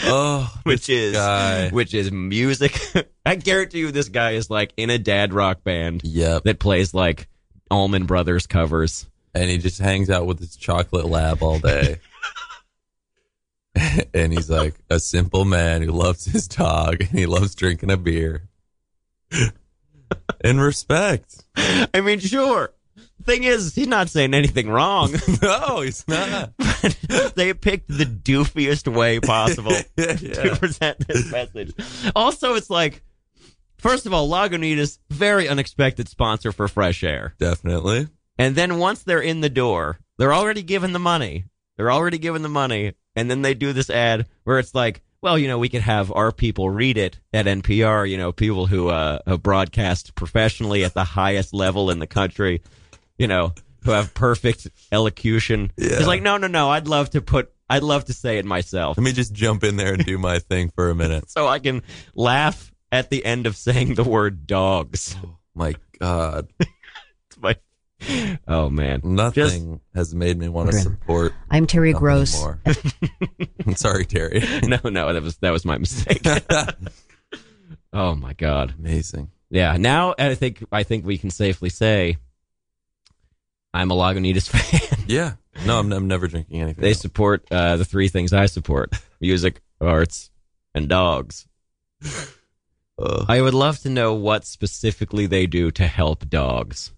Speaker 11: oh,
Speaker 2: which is which is music. I guarantee you, this guy is like in a dad rock band.
Speaker 11: Yep.
Speaker 2: that plays like Allman Brothers covers,
Speaker 11: and he just hangs out with his chocolate lab all day. and he's like a simple man who loves his dog and he loves drinking a beer. In respect.
Speaker 2: I mean, sure. Thing is, he's not saying anything wrong.
Speaker 11: no, he's not.
Speaker 2: they picked the doofiest way possible
Speaker 11: Yeah.
Speaker 2: to present this message. Also, it's like, first of all, Lagunitas, very unexpected sponsor for Fresh Air.
Speaker 11: Definitely.
Speaker 2: And then once they're in the door, they're already given the money. They're already given the money. And then they do this ad where it's like, well, you know, we could have our people read it at NPR, you know, people who uh, have broadcast professionally at the highest level in the country, you know, who have perfect elocution.
Speaker 11: Yeah.
Speaker 2: It's like, no, no, no, I'd love to put, I'd love to say it myself
Speaker 11: Let me just jump in there and do my thing for a minute.
Speaker 2: so I can laugh at the end of saying the word dogs.
Speaker 11: My God.
Speaker 2: it's my, oh, man.
Speaker 11: Nothing has made me want to
Speaker 7: Grin.
Speaker 11: support.
Speaker 7: I'm Terry
Speaker 11: nothing
Speaker 7: Gross.
Speaker 11: more. Sorry, Terry.
Speaker 2: no, no, that was that was my mistake. oh my god,
Speaker 11: amazing.
Speaker 2: Yeah, now I think I think we can safely say I'm a Lagunitas fan.
Speaker 11: Yeah. No, I'm, I'm never drinking anything.
Speaker 2: they support uh, the three things I support: music, arts, and dogs. I would love to know what specifically they do to help dogs.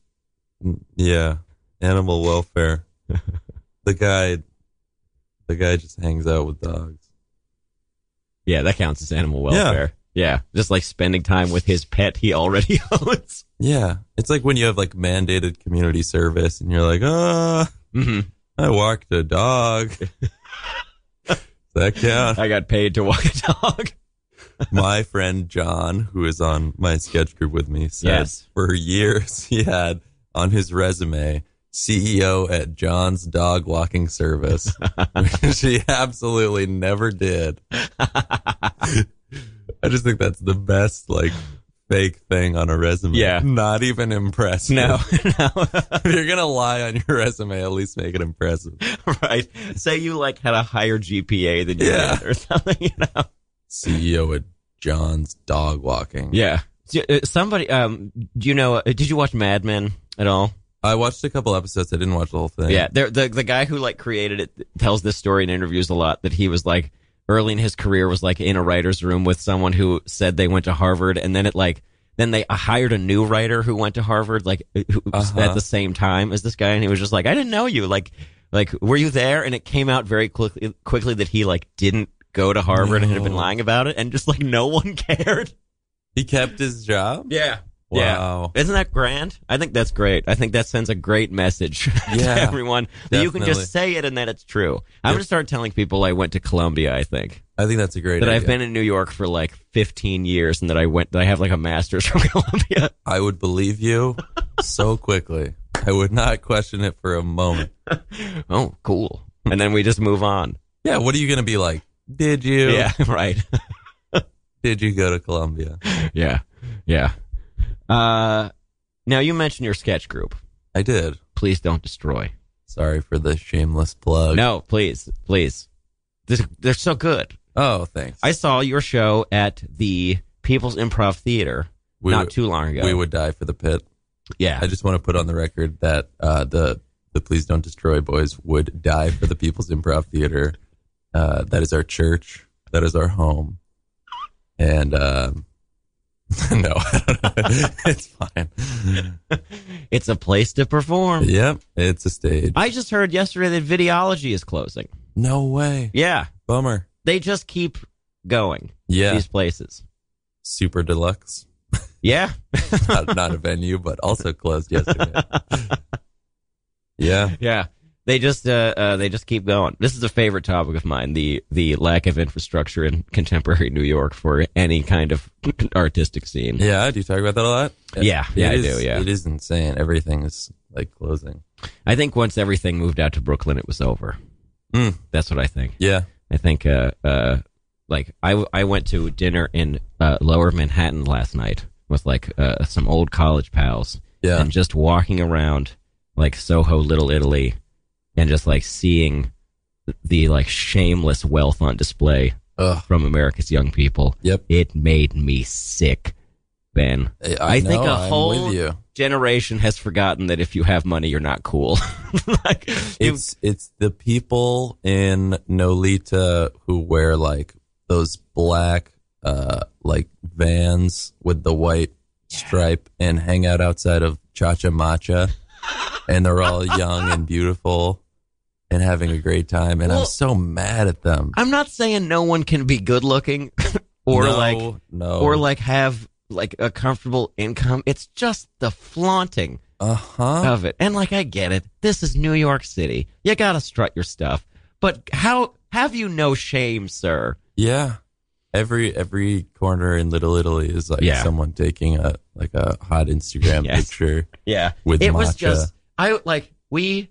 Speaker 11: Yeah, animal welfare. the guy, the guy just hangs out with dogs.
Speaker 2: Yeah, that counts as animal welfare. Yeah, just like spending time with his pet he already owns.
Speaker 11: Yeah, it's like when you have like mandated community service, and you're like, ah,
Speaker 2: Mm-hmm.
Speaker 11: I walked a dog. Does that count?
Speaker 2: I got paid to walk a dog.
Speaker 11: my friend John, who is on my sketch group with me, says
Speaker 2: Yes.
Speaker 11: for years he had on his resume CEO at John's Dog Walking Service, which he absolutely never did. I just think that's the best like fake thing on a resume.
Speaker 2: Yeah.
Speaker 11: Not even impressive.
Speaker 2: No,
Speaker 11: if you're gonna lie on your resume, at least make it impressive.
Speaker 2: right? Say you like had a higher GPA than you
Speaker 11: Yeah.
Speaker 2: had or something. You know?
Speaker 11: CEO E at John's Dog Walking.
Speaker 2: Yeah. Somebody, um, do you know? uh, Did you watch Mad Men at all?
Speaker 11: I watched a couple episodes. I didn't watch the whole thing.
Speaker 2: Yeah, there, the the guy who like created it tells this story in interviews a lot that he was like early in his career was like in a writer's room with someone who said they went to Harvard, and then it like then they uh, hired a new writer who went to Harvard like uh, who,
Speaker 11: Uh-huh.
Speaker 2: at the same time as this guy, and he was just like, I didn't know you, like like were you there? And it came out very quickly quickly that he like didn't go to Harvard and had been
Speaker 11: No.
Speaker 2: lying about it, and just like no one cared.
Speaker 11: He kept his job.
Speaker 2: Yeah.
Speaker 11: Wow.
Speaker 2: Yeah. Isn't that grand? I think that's great. I think that sends a great message
Speaker 11: Yeah.
Speaker 2: to everyone that you can
Speaker 11: Definitely.
Speaker 2: just say it and that it's true. I'm going to start telling people I went to Columbia, I think.
Speaker 11: I think that's a great
Speaker 2: That I've
Speaker 11: idea.
Speaker 2: been in New York for like 15 years and that I went that I have like a master's from Columbia.
Speaker 11: I would believe you so quickly. I would not question it for a moment.
Speaker 2: Oh, cool. And then we just move on.
Speaker 11: Yeah, what are you going to be like? Did you?
Speaker 2: Yeah, right.
Speaker 11: Did you go to Columbia?
Speaker 2: Yeah. Yeah. Uh now you mentioned your sketch group.
Speaker 11: I did.
Speaker 2: Please don't destroy.
Speaker 11: Sorry for the shameless plug.
Speaker 2: No, please. Please. This, they're so good.
Speaker 11: Oh, thanks.
Speaker 2: I saw your show at the People's Improv Theater
Speaker 11: We
Speaker 2: not
Speaker 11: would-
Speaker 2: too long ago.
Speaker 11: We would die for the pit.
Speaker 2: Yeah.
Speaker 11: I just want to put on the record that uh, the the Please Don't Destroy Boys would die for the People's Improv Theater. Uh, that is our church. That is our home. And um, no, it's fine.
Speaker 2: it's a place to perform.
Speaker 11: Yep, it's a stage.
Speaker 2: I just heard yesterday that Videology is closing.
Speaker 11: No way.
Speaker 2: Yeah.
Speaker 11: Bummer.
Speaker 2: They just keep going.
Speaker 11: Yeah.
Speaker 2: These places.
Speaker 11: Super deluxe.
Speaker 2: Yeah.
Speaker 11: not, not a venue, but also closed yesterday. yeah.
Speaker 2: Yeah. They just uh, uh, they just keep going. This is a favorite topic of mine the the lack of infrastructure in contemporary New York for any kind of artistic scene.
Speaker 11: Yeah, do you talk about that a lot?
Speaker 2: Yeah, yeah,
Speaker 11: It
Speaker 2: I
Speaker 11: is-
Speaker 2: do. Yeah,
Speaker 11: it is insane. Everything is like closing.
Speaker 2: I think once everything moved out to Brooklyn, it was over.
Speaker 11: Hmm.
Speaker 2: That's what I think.
Speaker 11: Yeah.
Speaker 2: I think, uh, uh, like, I, w- I went to dinner in uh, lower Manhattan last night with, like, uh, some old college pals.
Speaker 11: Yeah.
Speaker 2: And just walking around, like, Soho, Little Italy, and just, like, seeing the, like, shameless wealth on display from America's young people.
Speaker 11: Yep.
Speaker 2: It made me sick, Ben.
Speaker 11: I- I
Speaker 2: think
Speaker 11: know,
Speaker 2: a
Speaker 11: I'm with
Speaker 2: whole
Speaker 11: you.
Speaker 2: generation has forgotten that if you have money, you're not cool.
Speaker 11: it's it's the people in Nolita who wear like those black uh like vans with the white stripe and hang out outside of Chacha Macha and they're all young and beautiful and having a great time and I'm
Speaker 2: Well-
Speaker 11: so mad at them.
Speaker 2: I'm not saying no one can be good looking or
Speaker 11: No,
Speaker 2: like
Speaker 11: no.
Speaker 2: or like have like a comfortable income. It's just the flaunting
Speaker 11: uh-huh.
Speaker 2: of it. And like I get it. This is New York City. You got to strut your stuff. But how have you no shame, sir?
Speaker 11: Yeah. Every every corner in Little Italy is like
Speaker 2: Yeah.
Speaker 11: someone taking a like a hot Instagram
Speaker 2: Yes.
Speaker 11: picture.
Speaker 2: Yeah.
Speaker 11: With
Speaker 2: it
Speaker 11: matcha.
Speaker 2: was just I like we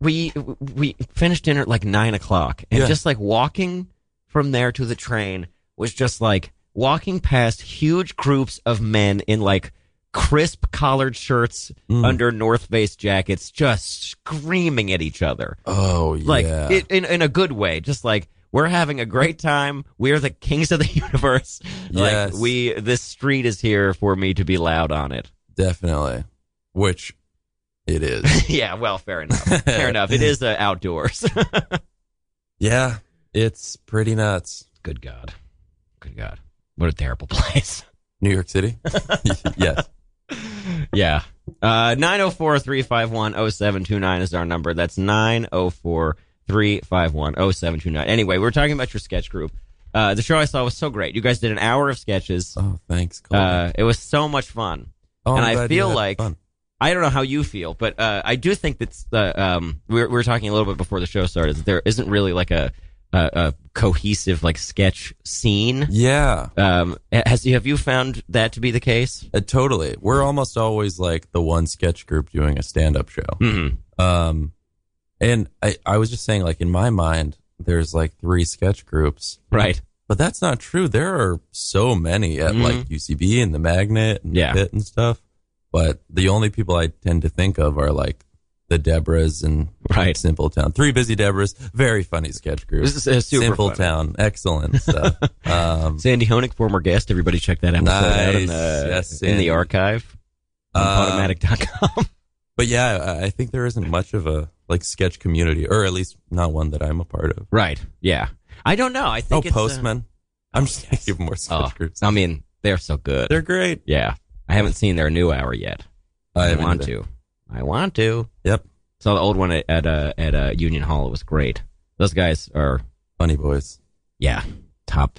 Speaker 2: we we finished dinner at like nine o'clock and
Speaker 11: Yeah.
Speaker 2: just like walking from there to the train was just like walking past huge groups of men in like crisp collared shirts
Speaker 11: Mm.
Speaker 2: under North Face jackets just screaming at each other.
Speaker 11: Oh
Speaker 2: Like
Speaker 11: yeah.
Speaker 2: it, in in a good way, just like we're having a great time. We're the kings of the universe.
Speaker 11: Yes.
Speaker 2: Like we this street is here for me to be loud on it.
Speaker 11: Definitely. Which it is.
Speaker 2: yeah, well, fair enough. Fair enough. It is uh, outdoors.
Speaker 11: yeah. It's pretty nuts.
Speaker 2: Good God. Good God. What a terrible place.
Speaker 11: New York City? yes.
Speaker 2: yeah. Uh, 904-351-0729 is our number. That's 904-351-0729. Anyway, we we're talking about your sketch group. Uh, the show I saw was so great. You guys did an hour of sketches.
Speaker 11: Oh, thanks.
Speaker 2: Uh, it was so much fun.
Speaker 11: Oh,
Speaker 2: and
Speaker 11: I'm glad
Speaker 2: I
Speaker 11: you
Speaker 2: feel
Speaker 11: had
Speaker 2: like
Speaker 11: fun.
Speaker 2: I don't know how you feel, but uh, I do think that uh, um, we, were, we were talking a little bit before the show started. That there isn't really like a a, a cohesive like sketch scene.
Speaker 11: Yeah.
Speaker 2: Um, has have you found that to be the case?
Speaker 11: Uh, totally. We're almost always like the one sketch group doing a stand up show.
Speaker 2: Mm-hmm.
Speaker 11: Um, and I, I was just saying, like, in my mind, there's like three sketch groups.
Speaker 2: Right.
Speaker 11: But that's not true. There are so many at
Speaker 2: Mhm.
Speaker 11: like UCB and the Magnet and
Speaker 2: Yeah.
Speaker 11: the Pit and stuff. But the only people I tend to think of are like the Debras and
Speaker 2: right.
Speaker 11: Simple Town. Three Busy Debras, very funny sketch group.
Speaker 2: This is, uh, super
Speaker 11: Simple
Speaker 2: funny.
Speaker 11: Town, excellent stuff. um,
Speaker 2: Sandy Honig, former guest. Everybody check that episode out in
Speaker 11: Nice.
Speaker 2: the,
Speaker 11: Yes,
Speaker 2: in the
Speaker 11: Sandy.
Speaker 2: archive on
Speaker 11: Um,
Speaker 2: podomatic.com.
Speaker 11: But yeah, I- I think there isn't much of a like sketch community, or at least not one that I'm a part of.
Speaker 2: Right. Yeah. I don't know. I think
Speaker 11: oh,
Speaker 2: it's, uh,
Speaker 11: Postman. I'm just gonna give more sketch
Speaker 2: Oh,
Speaker 11: groups.
Speaker 2: I mean, they're so good.
Speaker 11: They're great.
Speaker 2: Yeah. I haven't seen their new hour yet.
Speaker 11: I
Speaker 2: I,
Speaker 11: haven't
Speaker 2: want
Speaker 11: either.
Speaker 2: to. I want to.
Speaker 11: Yep.
Speaker 2: Saw the old one at at, uh, at uh, Union Hall. It was great. Those guys are
Speaker 11: funny boys.
Speaker 2: Yeah. Top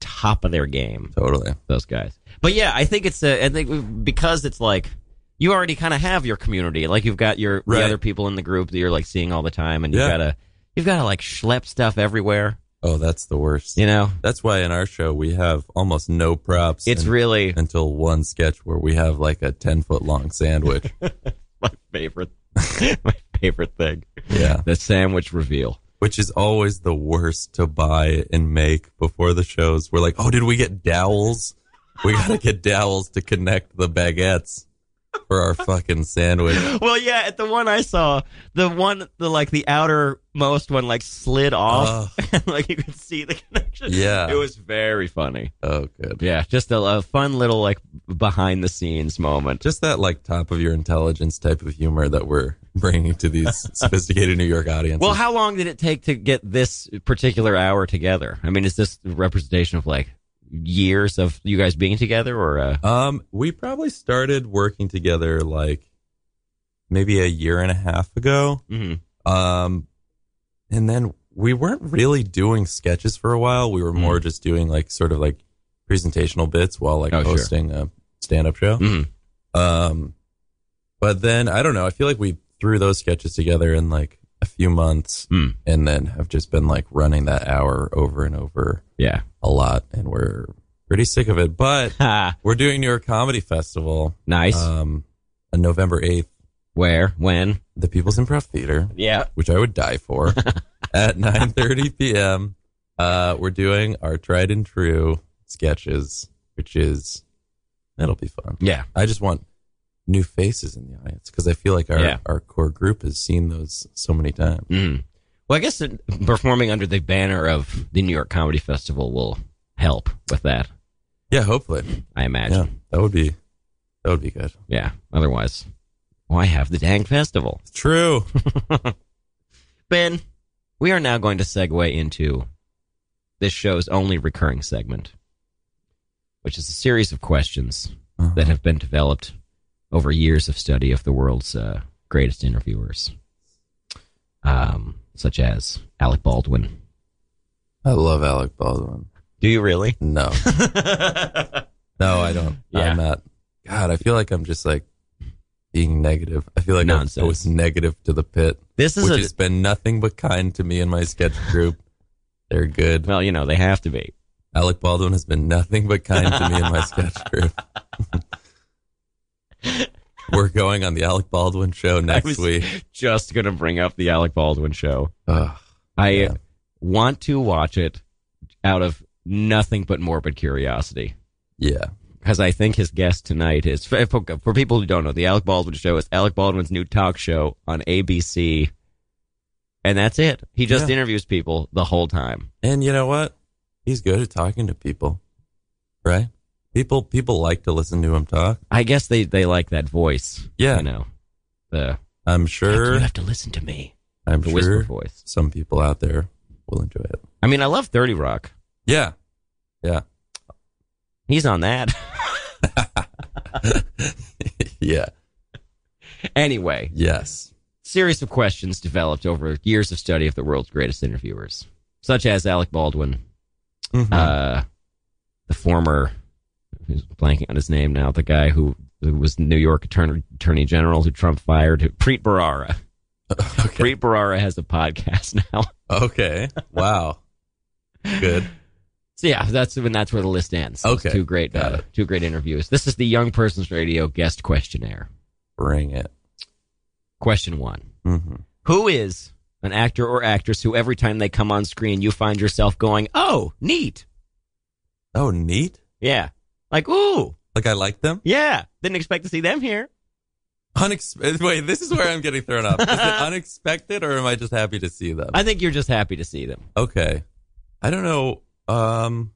Speaker 2: top of their game.
Speaker 11: Totally.
Speaker 2: Those guys. But yeah, I think it's a, I think because it's like you already kind of have your community. Like you've got your
Speaker 11: Right.
Speaker 2: the other people in the group that you're like seeing all the time, and you've
Speaker 11: Yeah.
Speaker 2: got to you've got to like schlep stuff everywhere.
Speaker 11: Oh, that's the worst.
Speaker 2: You know.
Speaker 11: That's why in our show we have almost no props.
Speaker 2: It's really
Speaker 11: until one sketch where we have like a ten foot long sandwich.
Speaker 2: My favorite, my favorite thing.
Speaker 11: Yeah.
Speaker 2: The sandwich reveal.
Speaker 11: Which is always the worst to buy and make before the shows. We're like, oh, did we get dowels? We gotta get dowels to connect the baguettes for our fucking sandwich.
Speaker 2: Well, yeah, at the one I saw, the one, the like the outermost one, like slid off, and like you could see the connection.
Speaker 11: Yeah.
Speaker 2: it was very funny.
Speaker 11: Oh, good.
Speaker 2: Yeah, just a, a fun little like behind the scenes moment.
Speaker 11: Just that like top of your intelligence type of humor that we're bringing to these sophisticated New York audiences.
Speaker 2: Well, how long did it take to get this particular hour together? I mean, is this a representation of like years of you guys being together, or uh,
Speaker 11: Um, we probably started working together like maybe a year and a half ago.
Speaker 2: Mhm.
Speaker 11: Um, and then we weren't really doing sketches for a while. We were
Speaker 2: Hmm.
Speaker 11: more just doing like sort of like presentational bits while like
Speaker 2: Oh, sure.
Speaker 11: hosting a stand up show.
Speaker 2: Mhm.
Speaker 11: Um, but then I don't know. I feel like we threw those sketches together in like a few months
Speaker 2: Hmm.
Speaker 11: and then have just been like running that hour over and over.
Speaker 2: Yeah.
Speaker 11: A lot. And we're pretty sick of it, but we're doing New York Comedy Festival.
Speaker 2: Nice.
Speaker 11: Um, on November 8th.
Speaker 2: Where? When?
Speaker 11: The People's Improv Theater.
Speaker 2: Yeah.
Speaker 11: Which I would die for at 9.30 p.m. Uh, we're doing our tried and true sketches, which is, that'll be fun.
Speaker 2: Yeah.
Speaker 11: I just want new faces in the audience because I feel like our,
Speaker 2: Yeah.
Speaker 11: our core group has seen those so many times.
Speaker 2: Mm. Well, I guess that performing under the banner of the New York Comedy Festival will help with that.
Speaker 11: Yeah, hopefully.
Speaker 2: I imagine.
Speaker 11: that would be that would be good.
Speaker 2: Yeah. Otherwise, why have the dang festival?
Speaker 11: True.
Speaker 2: ben, we are now going to segue into this show's only recurring segment, which is a series of questions
Speaker 11: Uh-huh.
Speaker 2: that have been developed over years of study of the world's uh, greatest interviewers, um, such as Alec Baldwin.
Speaker 11: I love Alec Baldwin.
Speaker 2: Do you really?
Speaker 11: No. no, I don't.
Speaker 2: Yeah.
Speaker 11: I'm not. God, I feel like I'm just like being negative. I feel like I was- I was negative to the pit.
Speaker 2: This is
Speaker 11: which
Speaker 2: a-
Speaker 11: has been nothing but kind to me and my sketch group. They're good.
Speaker 2: Well, you know, they have to be.
Speaker 11: Alec Baldwin has been nothing but kind to me and my sketch group. We're going on the Alec Baldwin show next
Speaker 2: was
Speaker 11: week.
Speaker 2: Just going to bring up the Alec Baldwin show.
Speaker 11: Ugh,
Speaker 2: I want to watch it out of nothing but morbid curiosity.
Speaker 11: Yeah.
Speaker 2: Because I think his guest tonight is, for, for people who don't know, the Alec Baldwin show is Alec Baldwin's new talk show on ABC. And that's it. He just
Speaker 11: Yeah.
Speaker 2: interviews people the whole time.
Speaker 11: And you know what? He's good at talking to people, right? People people like to listen to him talk.
Speaker 2: I guess they, they like that voice.
Speaker 11: Yeah.
Speaker 2: You know, the,
Speaker 11: I'm sure.
Speaker 2: You have to listen to me.
Speaker 11: I'm
Speaker 2: the
Speaker 11: sure
Speaker 2: whisper voice.
Speaker 11: some people out there will enjoy it.
Speaker 2: I mean, I love 30 Rock.
Speaker 11: Yeah. Yeah.
Speaker 2: He's on that.
Speaker 11: yeah.
Speaker 2: Anyway.
Speaker 11: Yes.
Speaker 2: Series of questions developed over years of study of the world's greatest interviewers, such as Alec Baldwin,
Speaker 11: Mm-hmm.
Speaker 2: uh, the former, who's blanking on his name now, the guy who, who was New York attorney, attorney general who Trump fired, who, Preet Bharara. Preet Bharara has a podcast now.
Speaker 11: Okay. Wow. Good.
Speaker 2: So yeah, that's and that's where the list ends. Those
Speaker 11: Okay.
Speaker 2: two great,
Speaker 11: Got
Speaker 2: uh, two great interviews. This is the Young Persons Radio guest questionnaire.
Speaker 11: Bring it.
Speaker 2: Question one:
Speaker 11: Mhm.
Speaker 2: Who is an actor or actress who, every time they come on screen, you find yourself going, "Oh, neat."
Speaker 11: Oh, neat.
Speaker 2: Yeah, like ooh,
Speaker 11: Like I like them.
Speaker 2: yeah. Didn't expect to see them here.
Speaker 11: Unexpected. Wait, this is where I'm getting thrown off. Is it unexpected or am I just happy to see them?
Speaker 2: I think you're just happy to see them.
Speaker 11: Okay. I don't know. Um.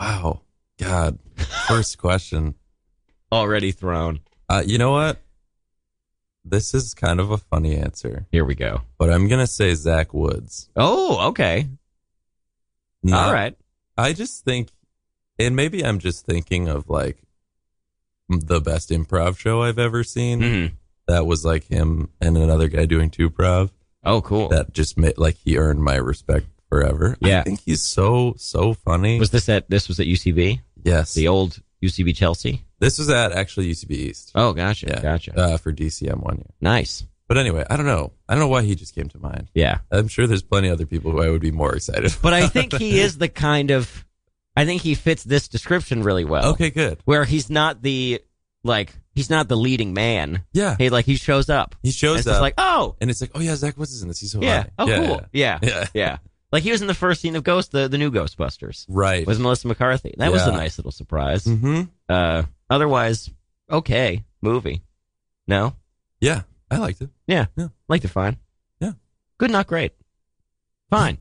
Speaker 11: Wow. God. First question.
Speaker 2: Already thrown.
Speaker 11: Uh, you know what? This is kind of a funny answer.
Speaker 2: Here we go.
Speaker 11: But I'm gonna say Zach Woods.
Speaker 2: Oh, okay.
Speaker 11: Not-
Speaker 2: All right.
Speaker 11: I just think, and maybe I'm just thinking of like the best improv show I've ever seen.
Speaker 2: Mm-hmm.
Speaker 11: That was like him and another guy doing two prov.
Speaker 2: Oh, cool.
Speaker 11: That just made like he earned my respect forever.
Speaker 2: Yeah.
Speaker 11: I think he's so so funny.
Speaker 2: Was this at this was at UCB?
Speaker 11: Yes.
Speaker 2: The old UCB Chelsea.
Speaker 11: This was at actually UCB East.
Speaker 2: Oh, gotcha, gotcha.
Speaker 11: Uh, for DCM one year.
Speaker 2: Nice.
Speaker 11: But anyway, I don't know. I don't know why he just came to mind.
Speaker 2: Yeah.
Speaker 11: I'm sure there's plenty of other people who I would be more excited.
Speaker 2: But I think he is the kind of I think he fits this description really well.
Speaker 11: Okay, good.
Speaker 2: Where he's not the like he's not the leading man.
Speaker 11: Yeah.
Speaker 2: He like he shows up.
Speaker 11: He shows
Speaker 2: And it's
Speaker 11: up.
Speaker 2: Just like, "Oh,
Speaker 11: and it's like, oh yeah, Zach Woods is in this. He's so
Speaker 2: yeah.
Speaker 11: funny.
Speaker 2: Oh, cool. Yeah.
Speaker 11: yeah.
Speaker 2: Yeah. Like he was in the first scene of Ghost, the, the new Ghostbusters.
Speaker 11: Right.
Speaker 2: Was Melissa McCarthy. That was a
Speaker 11: Yeah.
Speaker 2: nice little surprise.
Speaker 11: Mhm.
Speaker 2: Uh otherwise, okay, movie. No?
Speaker 11: Yeah. I liked it.
Speaker 2: Yeah.
Speaker 11: Yeah.
Speaker 2: Liked it fine.
Speaker 11: Yeah.
Speaker 2: Good, not great. Fine.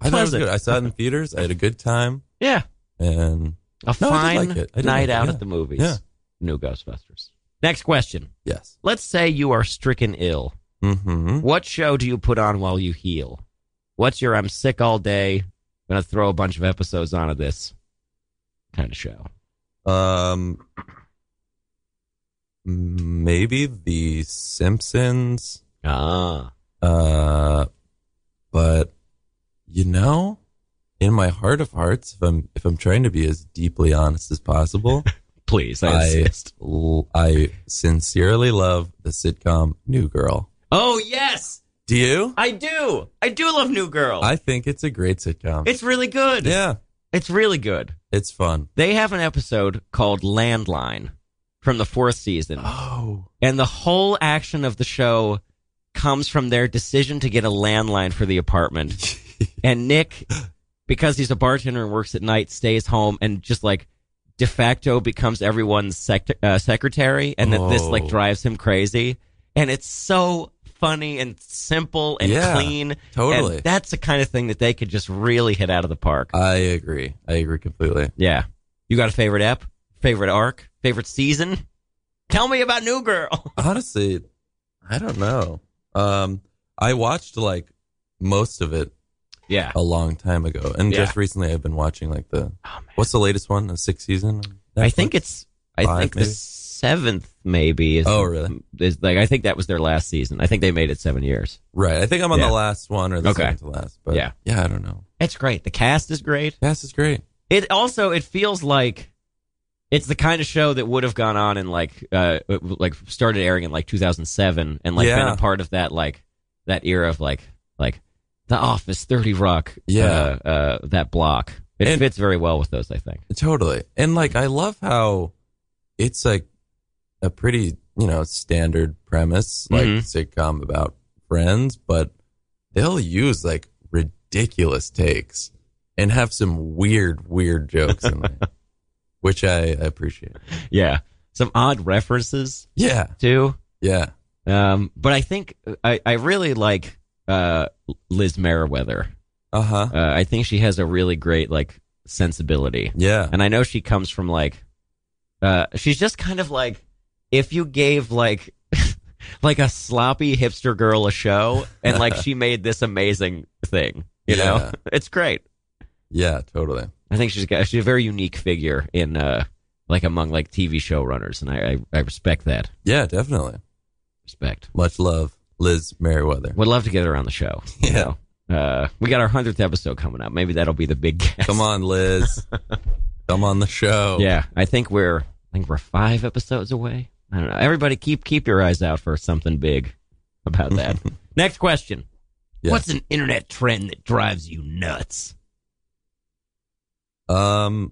Speaker 11: I thought it was
Speaker 2: Pleasant.
Speaker 11: good. I saw it in theaters. I had a good time.
Speaker 2: Yeah.
Speaker 11: And
Speaker 2: A
Speaker 11: No, I
Speaker 2: fine
Speaker 11: did like it. I did
Speaker 2: night
Speaker 11: like it,
Speaker 2: out
Speaker 11: yeah.
Speaker 2: at the movies.
Speaker 11: Yeah.
Speaker 2: New Ghostbusters. Next question.
Speaker 11: Yes.
Speaker 2: Let's say you are stricken ill.
Speaker 11: Mm-hmm.
Speaker 2: What show do you put on while you heal? What's your I'm sick all day, gonna throw a bunch of episodes onto this kind of show?
Speaker 11: Um, maybe The Simpsons.
Speaker 2: Ah.
Speaker 11: Uh, but you know, in my heart of hearts, if I'm if I'm trying to be as deeply honest as possible,
Speaker 2: please, I insist.
Speaker 11: l- I sincerely love the sitcom New Girl.
Speaker 2: Oh yes,
Speaker 11: Do you?
Speaker 2: I do. I do love New Girl.
Speaker 11: I think it's a great sitcom.
Speaker 2: It's really good.
Speaker 11: Yeah.
Speaker 2: It's really good.
Speaker 11: It's fun.
Speaker 2: They have an episode called Landline from the fourth season.
Speaker 11: Oh.
Speaker 2: And the whole action of the show comes from their decision to get a landline for the apartment. and Nick, because he's a bartender and works at night, stays home and just like de facto becomes everyone's sec- uh, secretary. And that this like
Speaker 11: Oh.
Speaker 2: drives him crazy. And it's so funny and simple and
Speaker 11: Yeah,
Speaker 2: clean. And
Speaker 11: totally.
Speaker 2: that's the kind of thing that they could just really hit out of the park.
Speaker 11: I agree. I agree completely.
Speaker 2: Yeah. You got a favorite app? Favorite arc? Favorite season? Tell me about New Girl.
Speaker 11: Honestly, I don't know. Um, I watched like most of it.
Speaker 2: Yeah.
Speaker 11: A long time ago, and
Speaker 2: Yeah. Oh,
Speaker 11: just recently I've been watching like the. what's the latest one? The sixth season?
Speaker 2: I think it's. I
Speaker 11: Five,
Speaker 2: think
Speaker 11: maybe?
Speaker 2: the seventh maybe. Is,
Speaker 11: Oh, really?
Speaker 2: Is like I think that was their last season. I think they made it seven years.
Speaker 11: Right. I think I'm on
Speaker 2: Yeah.
Speaker 11: the last one or the
Speaker 2: Okay.
Speaker 11: second to last. But
Speaker 2: Yeah.
Speaker 11: yeah, I don't know.
Speaker 2: It's great. The cast is great.
Speaker 11: Cast is great.
Speaker 2: It also it feels like it's the kind of show that would have gone on and like uh it w- like started airing in like 2007 and like been
Speaker 11: Yeah.
Speaker 2: a part of that like that era of like like The Office, 30 Rock,
Speaker 11: Yeah.
Speaker 2: uh, uh that block. It
Speaker 11: And-
Speaker 2: fits very well with those, I think.
Speaker 11: Totally. And like I love how it's like a pretty, you know, standard premise, like
Speaker 2: Mhm.
Speaker 11: sitcom about friends, but they'll use like ridiculous takes and have some weird, weird jokes in there. Which I appreciate.
Speaker 2: Yeah. Some odd references.
Speaker 11: Yeah.
Speaker 2: Too.
Speaker 11: Yeah.
Speaker 2: Um, but I think I, I really like uh, Liz Meriwether.
Speaker 11: Uh-huh.
Speaker 2: Uh, I think she has a really great like sensibility.
Speaker 11: Yeah.
Speaker 2: And I know she comes from like uh, she's just kind of like if you gave like like a sloppy hipster girl a show and like she made this amazing thing, you know?
Speaker 11: Yeah.
Speaker 2: It's great.
Speaker 11: Yeah, totally.
Speaker 2: I think she's got she's a very unique figure in uh like among like TV showrunners and I, I I respect that.
Speaker 11: Yeah, definitely.
Speaker 2: Respect.
Speaker 11: Much love, Liz Merriweather.
Speaker 2: Would love to get her on the show. you
Speaker 11: Yeah.
Speaker 2: know? Uh, we got our hundredth episode coming up. Maybe that'll be the big guess.
Speaker 11: Come on, Liz. Come on the show.
Speaker 2: Yeah, I think we're I think we're five episodes away. I don't know. Everybody, keep keep your eyes out for something big about that. Next question:
Speaker 11: Yeah.
Speaker 2: What's an internet trend that drives you nuts?
Speaker 11: Um,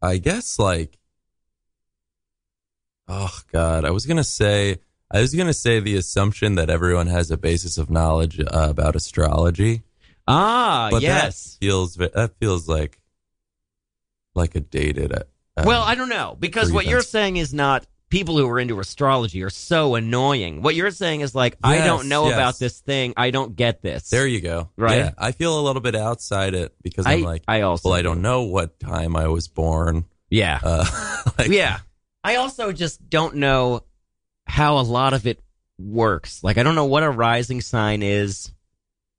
Speaker 11: I guess like, oh god, I was gonna say, I was gonna say the assumption that everyone has a basis of knowledge uh, about astrology.
Speaker 2: Ah,
Speaker 11: but
Speaker 2: yes.
Speaker 11: that feels ve- that feels like, like a dated. Uh,
Speaker 2: well, I don't know because what
Speaker 11: grievance.
Speaker 2: you're saying is not people who are into astrology are so annoying. What you're saying is like I
Speaker 11: Yes,
Speaker 2: don't know
Speaker 11: yes.
Speaker 2: about this thing. I don't get this.
Speaker 11: there you go.
Speaker 2: Right?
Speaker 11: Yeah, I feel a little bit outside it because
Speaker 2: I-
Speaker 11: I'm like,
Speaker 2: I also
Speaker 11: well, I don't know what time I was born.
Speaker 2: Yeah.
Speaker 11: Uh, like,
Speaker 2: yeah. I also just don't know how a lot of it works. Like, I don't know what a rising sign is,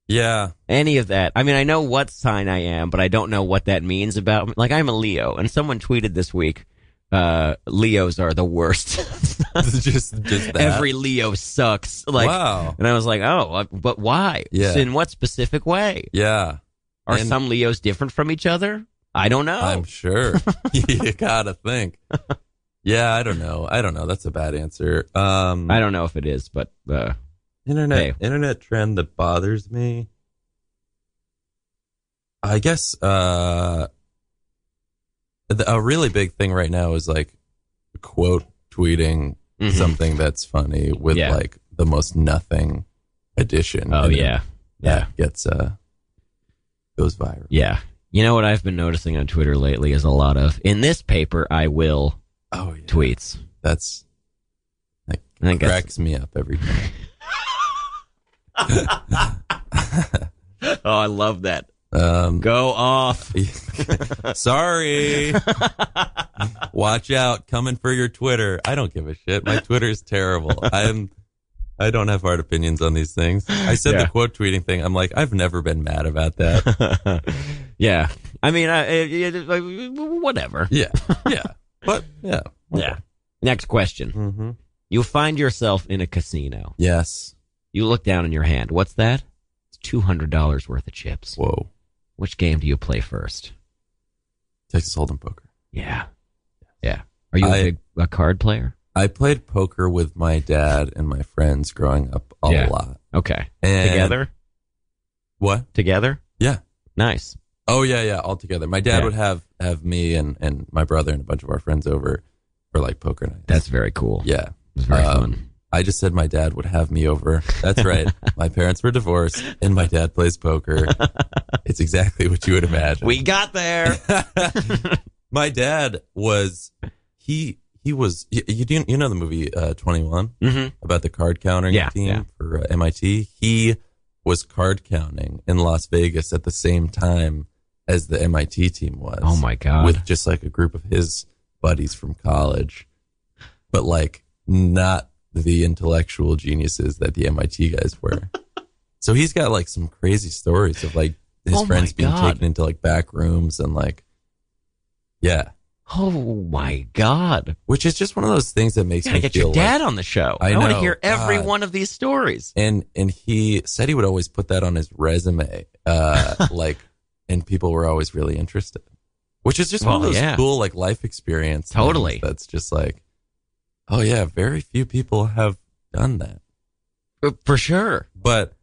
Speaker 11: yeah.
Speaker 2: any of that. I mean, I know what sign I am, but I don't know what that means about me. Like, I'm a Leo, and someone tweeted this week, uh, Leos are the worst.
Speaker 11: just just that.
Speaker 2: Every Leo sucks. Like,
Speaker 11: Wow.
Speaker 2: and I was like, oh, uh, but why?
Speaker 11: Yeah.
Speaker 2: In what specific way?
Speaker 11: yeah.
Speaker 2: Are
Speaker 11: And-
Speaker 2: some Leos different from each other? I don't know.
Speaker 11: I'm sure. you gotta think. Yeah, I don't know. I don't know. That's a bad answer. Um,
Speaker 2: I don't know if it is, but uh,
Speaker 11: internet
Speaker 2: Hey.
Speaker 11: internet trend that bothers me. I guess uh, the, a really big thing right now is like quote tweeting
Speaker 2: Mhm.
Speaker 11: something that's funny with
Speaker 2: Yeah.
Speaker 11: like the most nothing addition.
Speaker 2: oh
Speaker 11: And then
Speaker 2: yeah, yeah.
Speaker 11: that gets uh goes viral.
Speaker 2: Yeah. You know what I've been noticing on Twitter lately is a lot of in this paper I will
Speaker 11: Oh yeah,
Speaker 2: tweets.
Speaker 11: that's that
Speaker 2: I think that's-
Speaker 11: cracks me up every time.
Speaker 2: Oh, I love that.
Speaker 11: Um,
Speaker 2: Go off.
Speaker 11: Sorry. Watch out. Coming for your Twitter. I don't give a shit. My Twitter is terrible. I'm. I don't have hard opinions on these things. I said
Speaker 2: Yeah.
Speaker 11: the quote tweeting thing. I'm like, I've never been mad about that.
Speaker 2: yeah. I mean, I, it, it- like, whatever.
Speaker 11: yeah, yeah, but yeah,
Speaker 2: Yeah. Next question.
Speaker 11: Mhm.
Speaker 2: You find yourself in a casino.
Speaker 11: yes.
Speaker 2: You look down in your hand. What's that? It's $200 worth of chips.
Speaker 11: Whoa,
Speaker 2: Which game do you play first?
Speaker 11: Texas Hold'em poker.
Speaker 2: Yeah. Yeah. Are you a
Speaker 11: I-
Speaker 2: big a card player?
Speaker 11: I played poker with my dad and my friends growing up a
Speaker 2: Yeah.
Speaker 11: lot.
Speaker 2: Okay.
Speaker 11: And-
Speaker 2: Together?
Speaker 11: What?
Speaker 2: Together?
Speaker 11: Yeah.
Speaker 2: Nice.
Speaker 11: Oh yeah, yeah, all together. My dad
Speaker 2: Yeah.
Speaker 11: would have have me and and my brother and a bunch of our friends over for like poker night.
Speaker 2: That's very cool.
Speaker 11: Yeah.
Speaker 2: It's very
Speaker 11: fun. I just said my dad would have me over. That's right. my parents were divorced and my dad plays poker. it's exactly what you would imagine.
Speaker 2: We got there.
Speaker 11: my dad was he he was you, you do you know the movie uh 21
Speaker 2: Mhm.
Speaker 11: about the card counting
Speaker 2: Yeah,
Speaker 11: team
Speaker 2: yeah.
Speaker 11: for uh, MIT he was card counting in Las Vegas at the same time as the MIT team was
Speaker 2: Oh, my God.
Speaker 11: with just like a group of his buddies from college but like not the intellectual geniuses that the MIT guys were so he's got like some crazy stories of like his
Speaker 2: Oh, my
Speaker 11: friends being
Speaker 2: God.
Speaker 11: taken into like back rooms and like yeah.
Speaker 2: Oh my God.
Speaker 11: Which is just one of those things that makes
Speaker 2: You gotta
Speaker 11: me
Speaker 2: get
Speaker 11: feel
Speaker 2: your dad
Speaker 11: like-
Speaker 2: on the show.
Speaker 11: I,
Speaker 2: I wanna
Speaker 11: know,
Speaker 2: hear every
Speaker 11: God.
Speaker 2: one of these stories.
Speaker 11: And and he said he would always put that on his resume, uh, like, and people were always really interested, which is just one
Speaker 2: Well,
Speaker 11: of those
Speaker 2: yeah.
Speaker 11: cool like life experience. things
Speaker 2: Totally.
Speaker 11: that's just like, oh yeah, very few people have done that
Speaker 2: Uh, for sure.
Speaker 11: But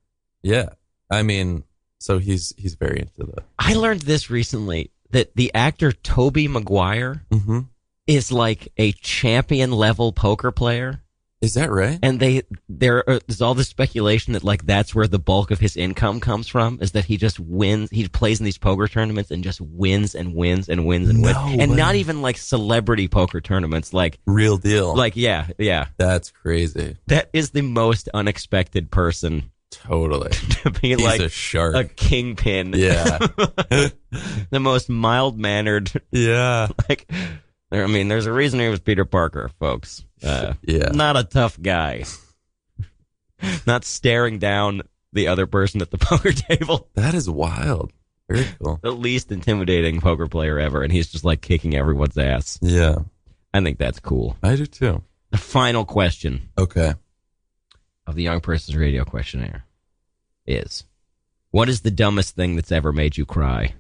Speaker 11: yeah, I mean, so he's he's very into the
Speaker 2: I learned this recently that the actor Toby Maguire
Speaker 11: Mhm.
Speaker 2: is like a champion level poker player.
Speaker 11: Is that right?
Speaker 2: And they there are, there's all this speculation that like that's where the bulk of his income comes from is that he just wins. He plays in these poker tournaments and just wins and wins and wins and
Speaker 11: No
Speaker 2: wins, and
Speaker 11: way. Oh.
Speaker 2: not even like celebrity poker tournaments. Like
Speaker 11: real deal.
Speaker 2: Like yeah, yeah.
Speaker 11: That's crazy.
Speaker 2: That is the most unexpected person.
Speaker 11: Totally.
Speaker 2: to be
Speaker 11: He's
Speaker 2: like
Speaker 11: a shark.
Speaker 2: a kingpin.
Speaker 11: Yeah.
Speaker 2: the most mild mannered.
Speaker 11: Yeah.
Speaker 2: Like, there, I mean, there's a reason he was Peter Parker, folks. Uh,
Speaker 11: yeah.
Speaker 2: Not a tough guy. not staring down the other person at the poker table.
Speaker 11: That is wild. Very cool.
Speaker 2: The least intimidating poker player ever, and he's just like kicking everyone's ass.
Speaker 11: Yeah.
Speaker 2: I think that's cool.
Speaker 11: I do too.
Speaker 2: The final question
Speaker 11: Okay.
Speaker 2: of the Young Person's Radio questionnaire is What is the dumbest thing that's ever made you cry?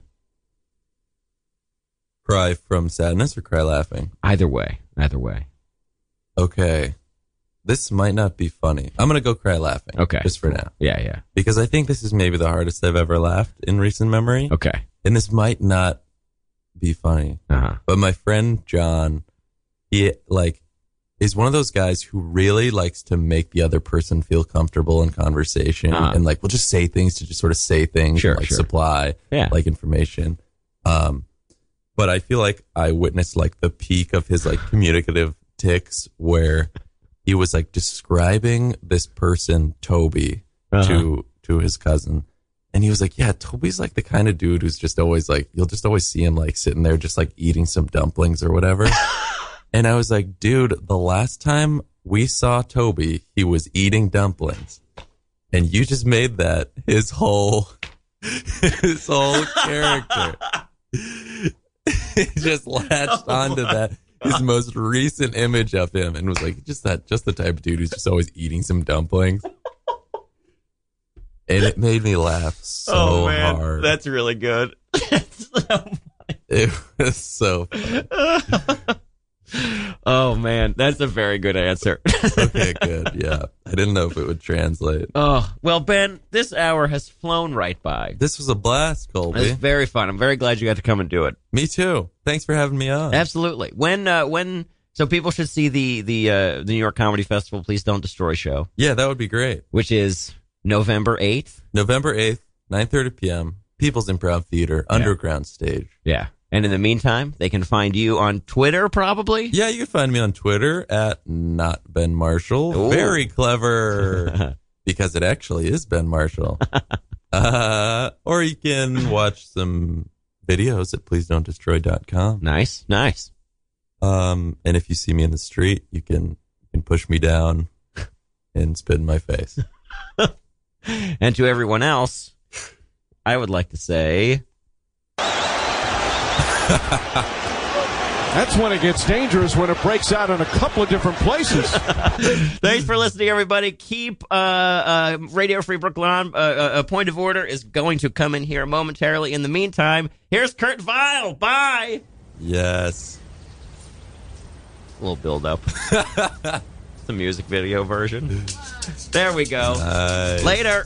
Speaker 11: Cry from sadness or cry laughing?
Speaker 2: Either way. Either way.
Speaker 11: Okay. This might not be funny. I'm going to go cry laughing.
Speaker 2: Okay.
Speaker 11: Just for now.
Speaker 2: Yeah, yeah.
Speaker 11: Because I think this is maybe the hardest I've ever laughed in recent memory.
Speaker 2: Okay.
Speaker 11: And this might not be funny.
Speaker 2: Uh-huh.
Speaker 11: But my friend John, he like is one of those guys who really likes to make the other person feel comfortable in conversation
Speaker 2: Uh-huh.
Speaker 11: and like will just say things to just sort of say things
Speaker 2: Sure,
Speaker 11: and, like
Speaker 2: sure.
Speaker 11: supply
Speaker 2: Yeah.
Speaker 11: like information. Um but I feel like I witnessed like the peak of his like communicative ticks where he was like describing this person Toby
Speaker 2: Uh-huh.
Speaker 11: to to his cousin and he was like, "Yeah, Toby's like the kind of dude who's just always like, you'll just always see him like sitting there, just like eating some dumplings or whatever." and I was like, "Dude, the last time we saw Toby, he was eating dumplings, and you just made that his whole his whole character." he just latched onto that his most recent image of him and was like, "Just that, just the type of dude who's just always eating some dumplings." And it made me laugh so
Speaker 2: oh man,
Speaker 11: hard.
Speaker 2: that's really good.
Speaker 11: It was so funny.
Speaker 2: oh man, that's a very good answer.
Speaker 11: okay, good. Yeah. I didn't know if it would translate.
Speaker 2: oh well, Ben, this hour has flown right by.
Speaker 11: This was a blast,
Speaker 2: It was
Speaker 11: Colby.
Speaker 2: very fun. I'm very glad you got to come and do it.
Speaker 11: Me too. Thanks for having me on.
Speaker 2: Absolutely. When uh, when so people should see the the uh, the New York Comedy Festival. Please don't destroy show,
Speaker 11: Yeah, that would be great.
Speaker 2: which is November eighth.
Speaker 11: November 8th, 9:30 p.m. People's Improv Theater, underground stage.
Speaker 2: Yeah. And in the meantime, they can find you on Twitter, probably.
Speaker 11: Yeah, you can find me on Twitter at not Ben Marshall.
Speaker 2: Ooh.
Speaker 11: Very clever because it actually is Ben Marshall. uh, or you can watch some videos at please don't destroy.com.
Speaker 2: Nice, nice.
Speaker 11: Um, and if you see me in the street, you can you can push me down and spit in my face.
Speaker 2: And to everyone else, I would like to say.
Speaker 10: That's when it gets dangerous when it breaks out in a couple of different places.
Speaker 2: Thanks for listening, everybody. Keep uh, uh, Radio Free Brooklyn on. Uh, uh, a point of order is going to come in here momentarily. In the meantime, here's Kurt Vile. Bye.
Speaker 11: Yes.
Speaker 2: A little build up. the music video version. There we go. Later.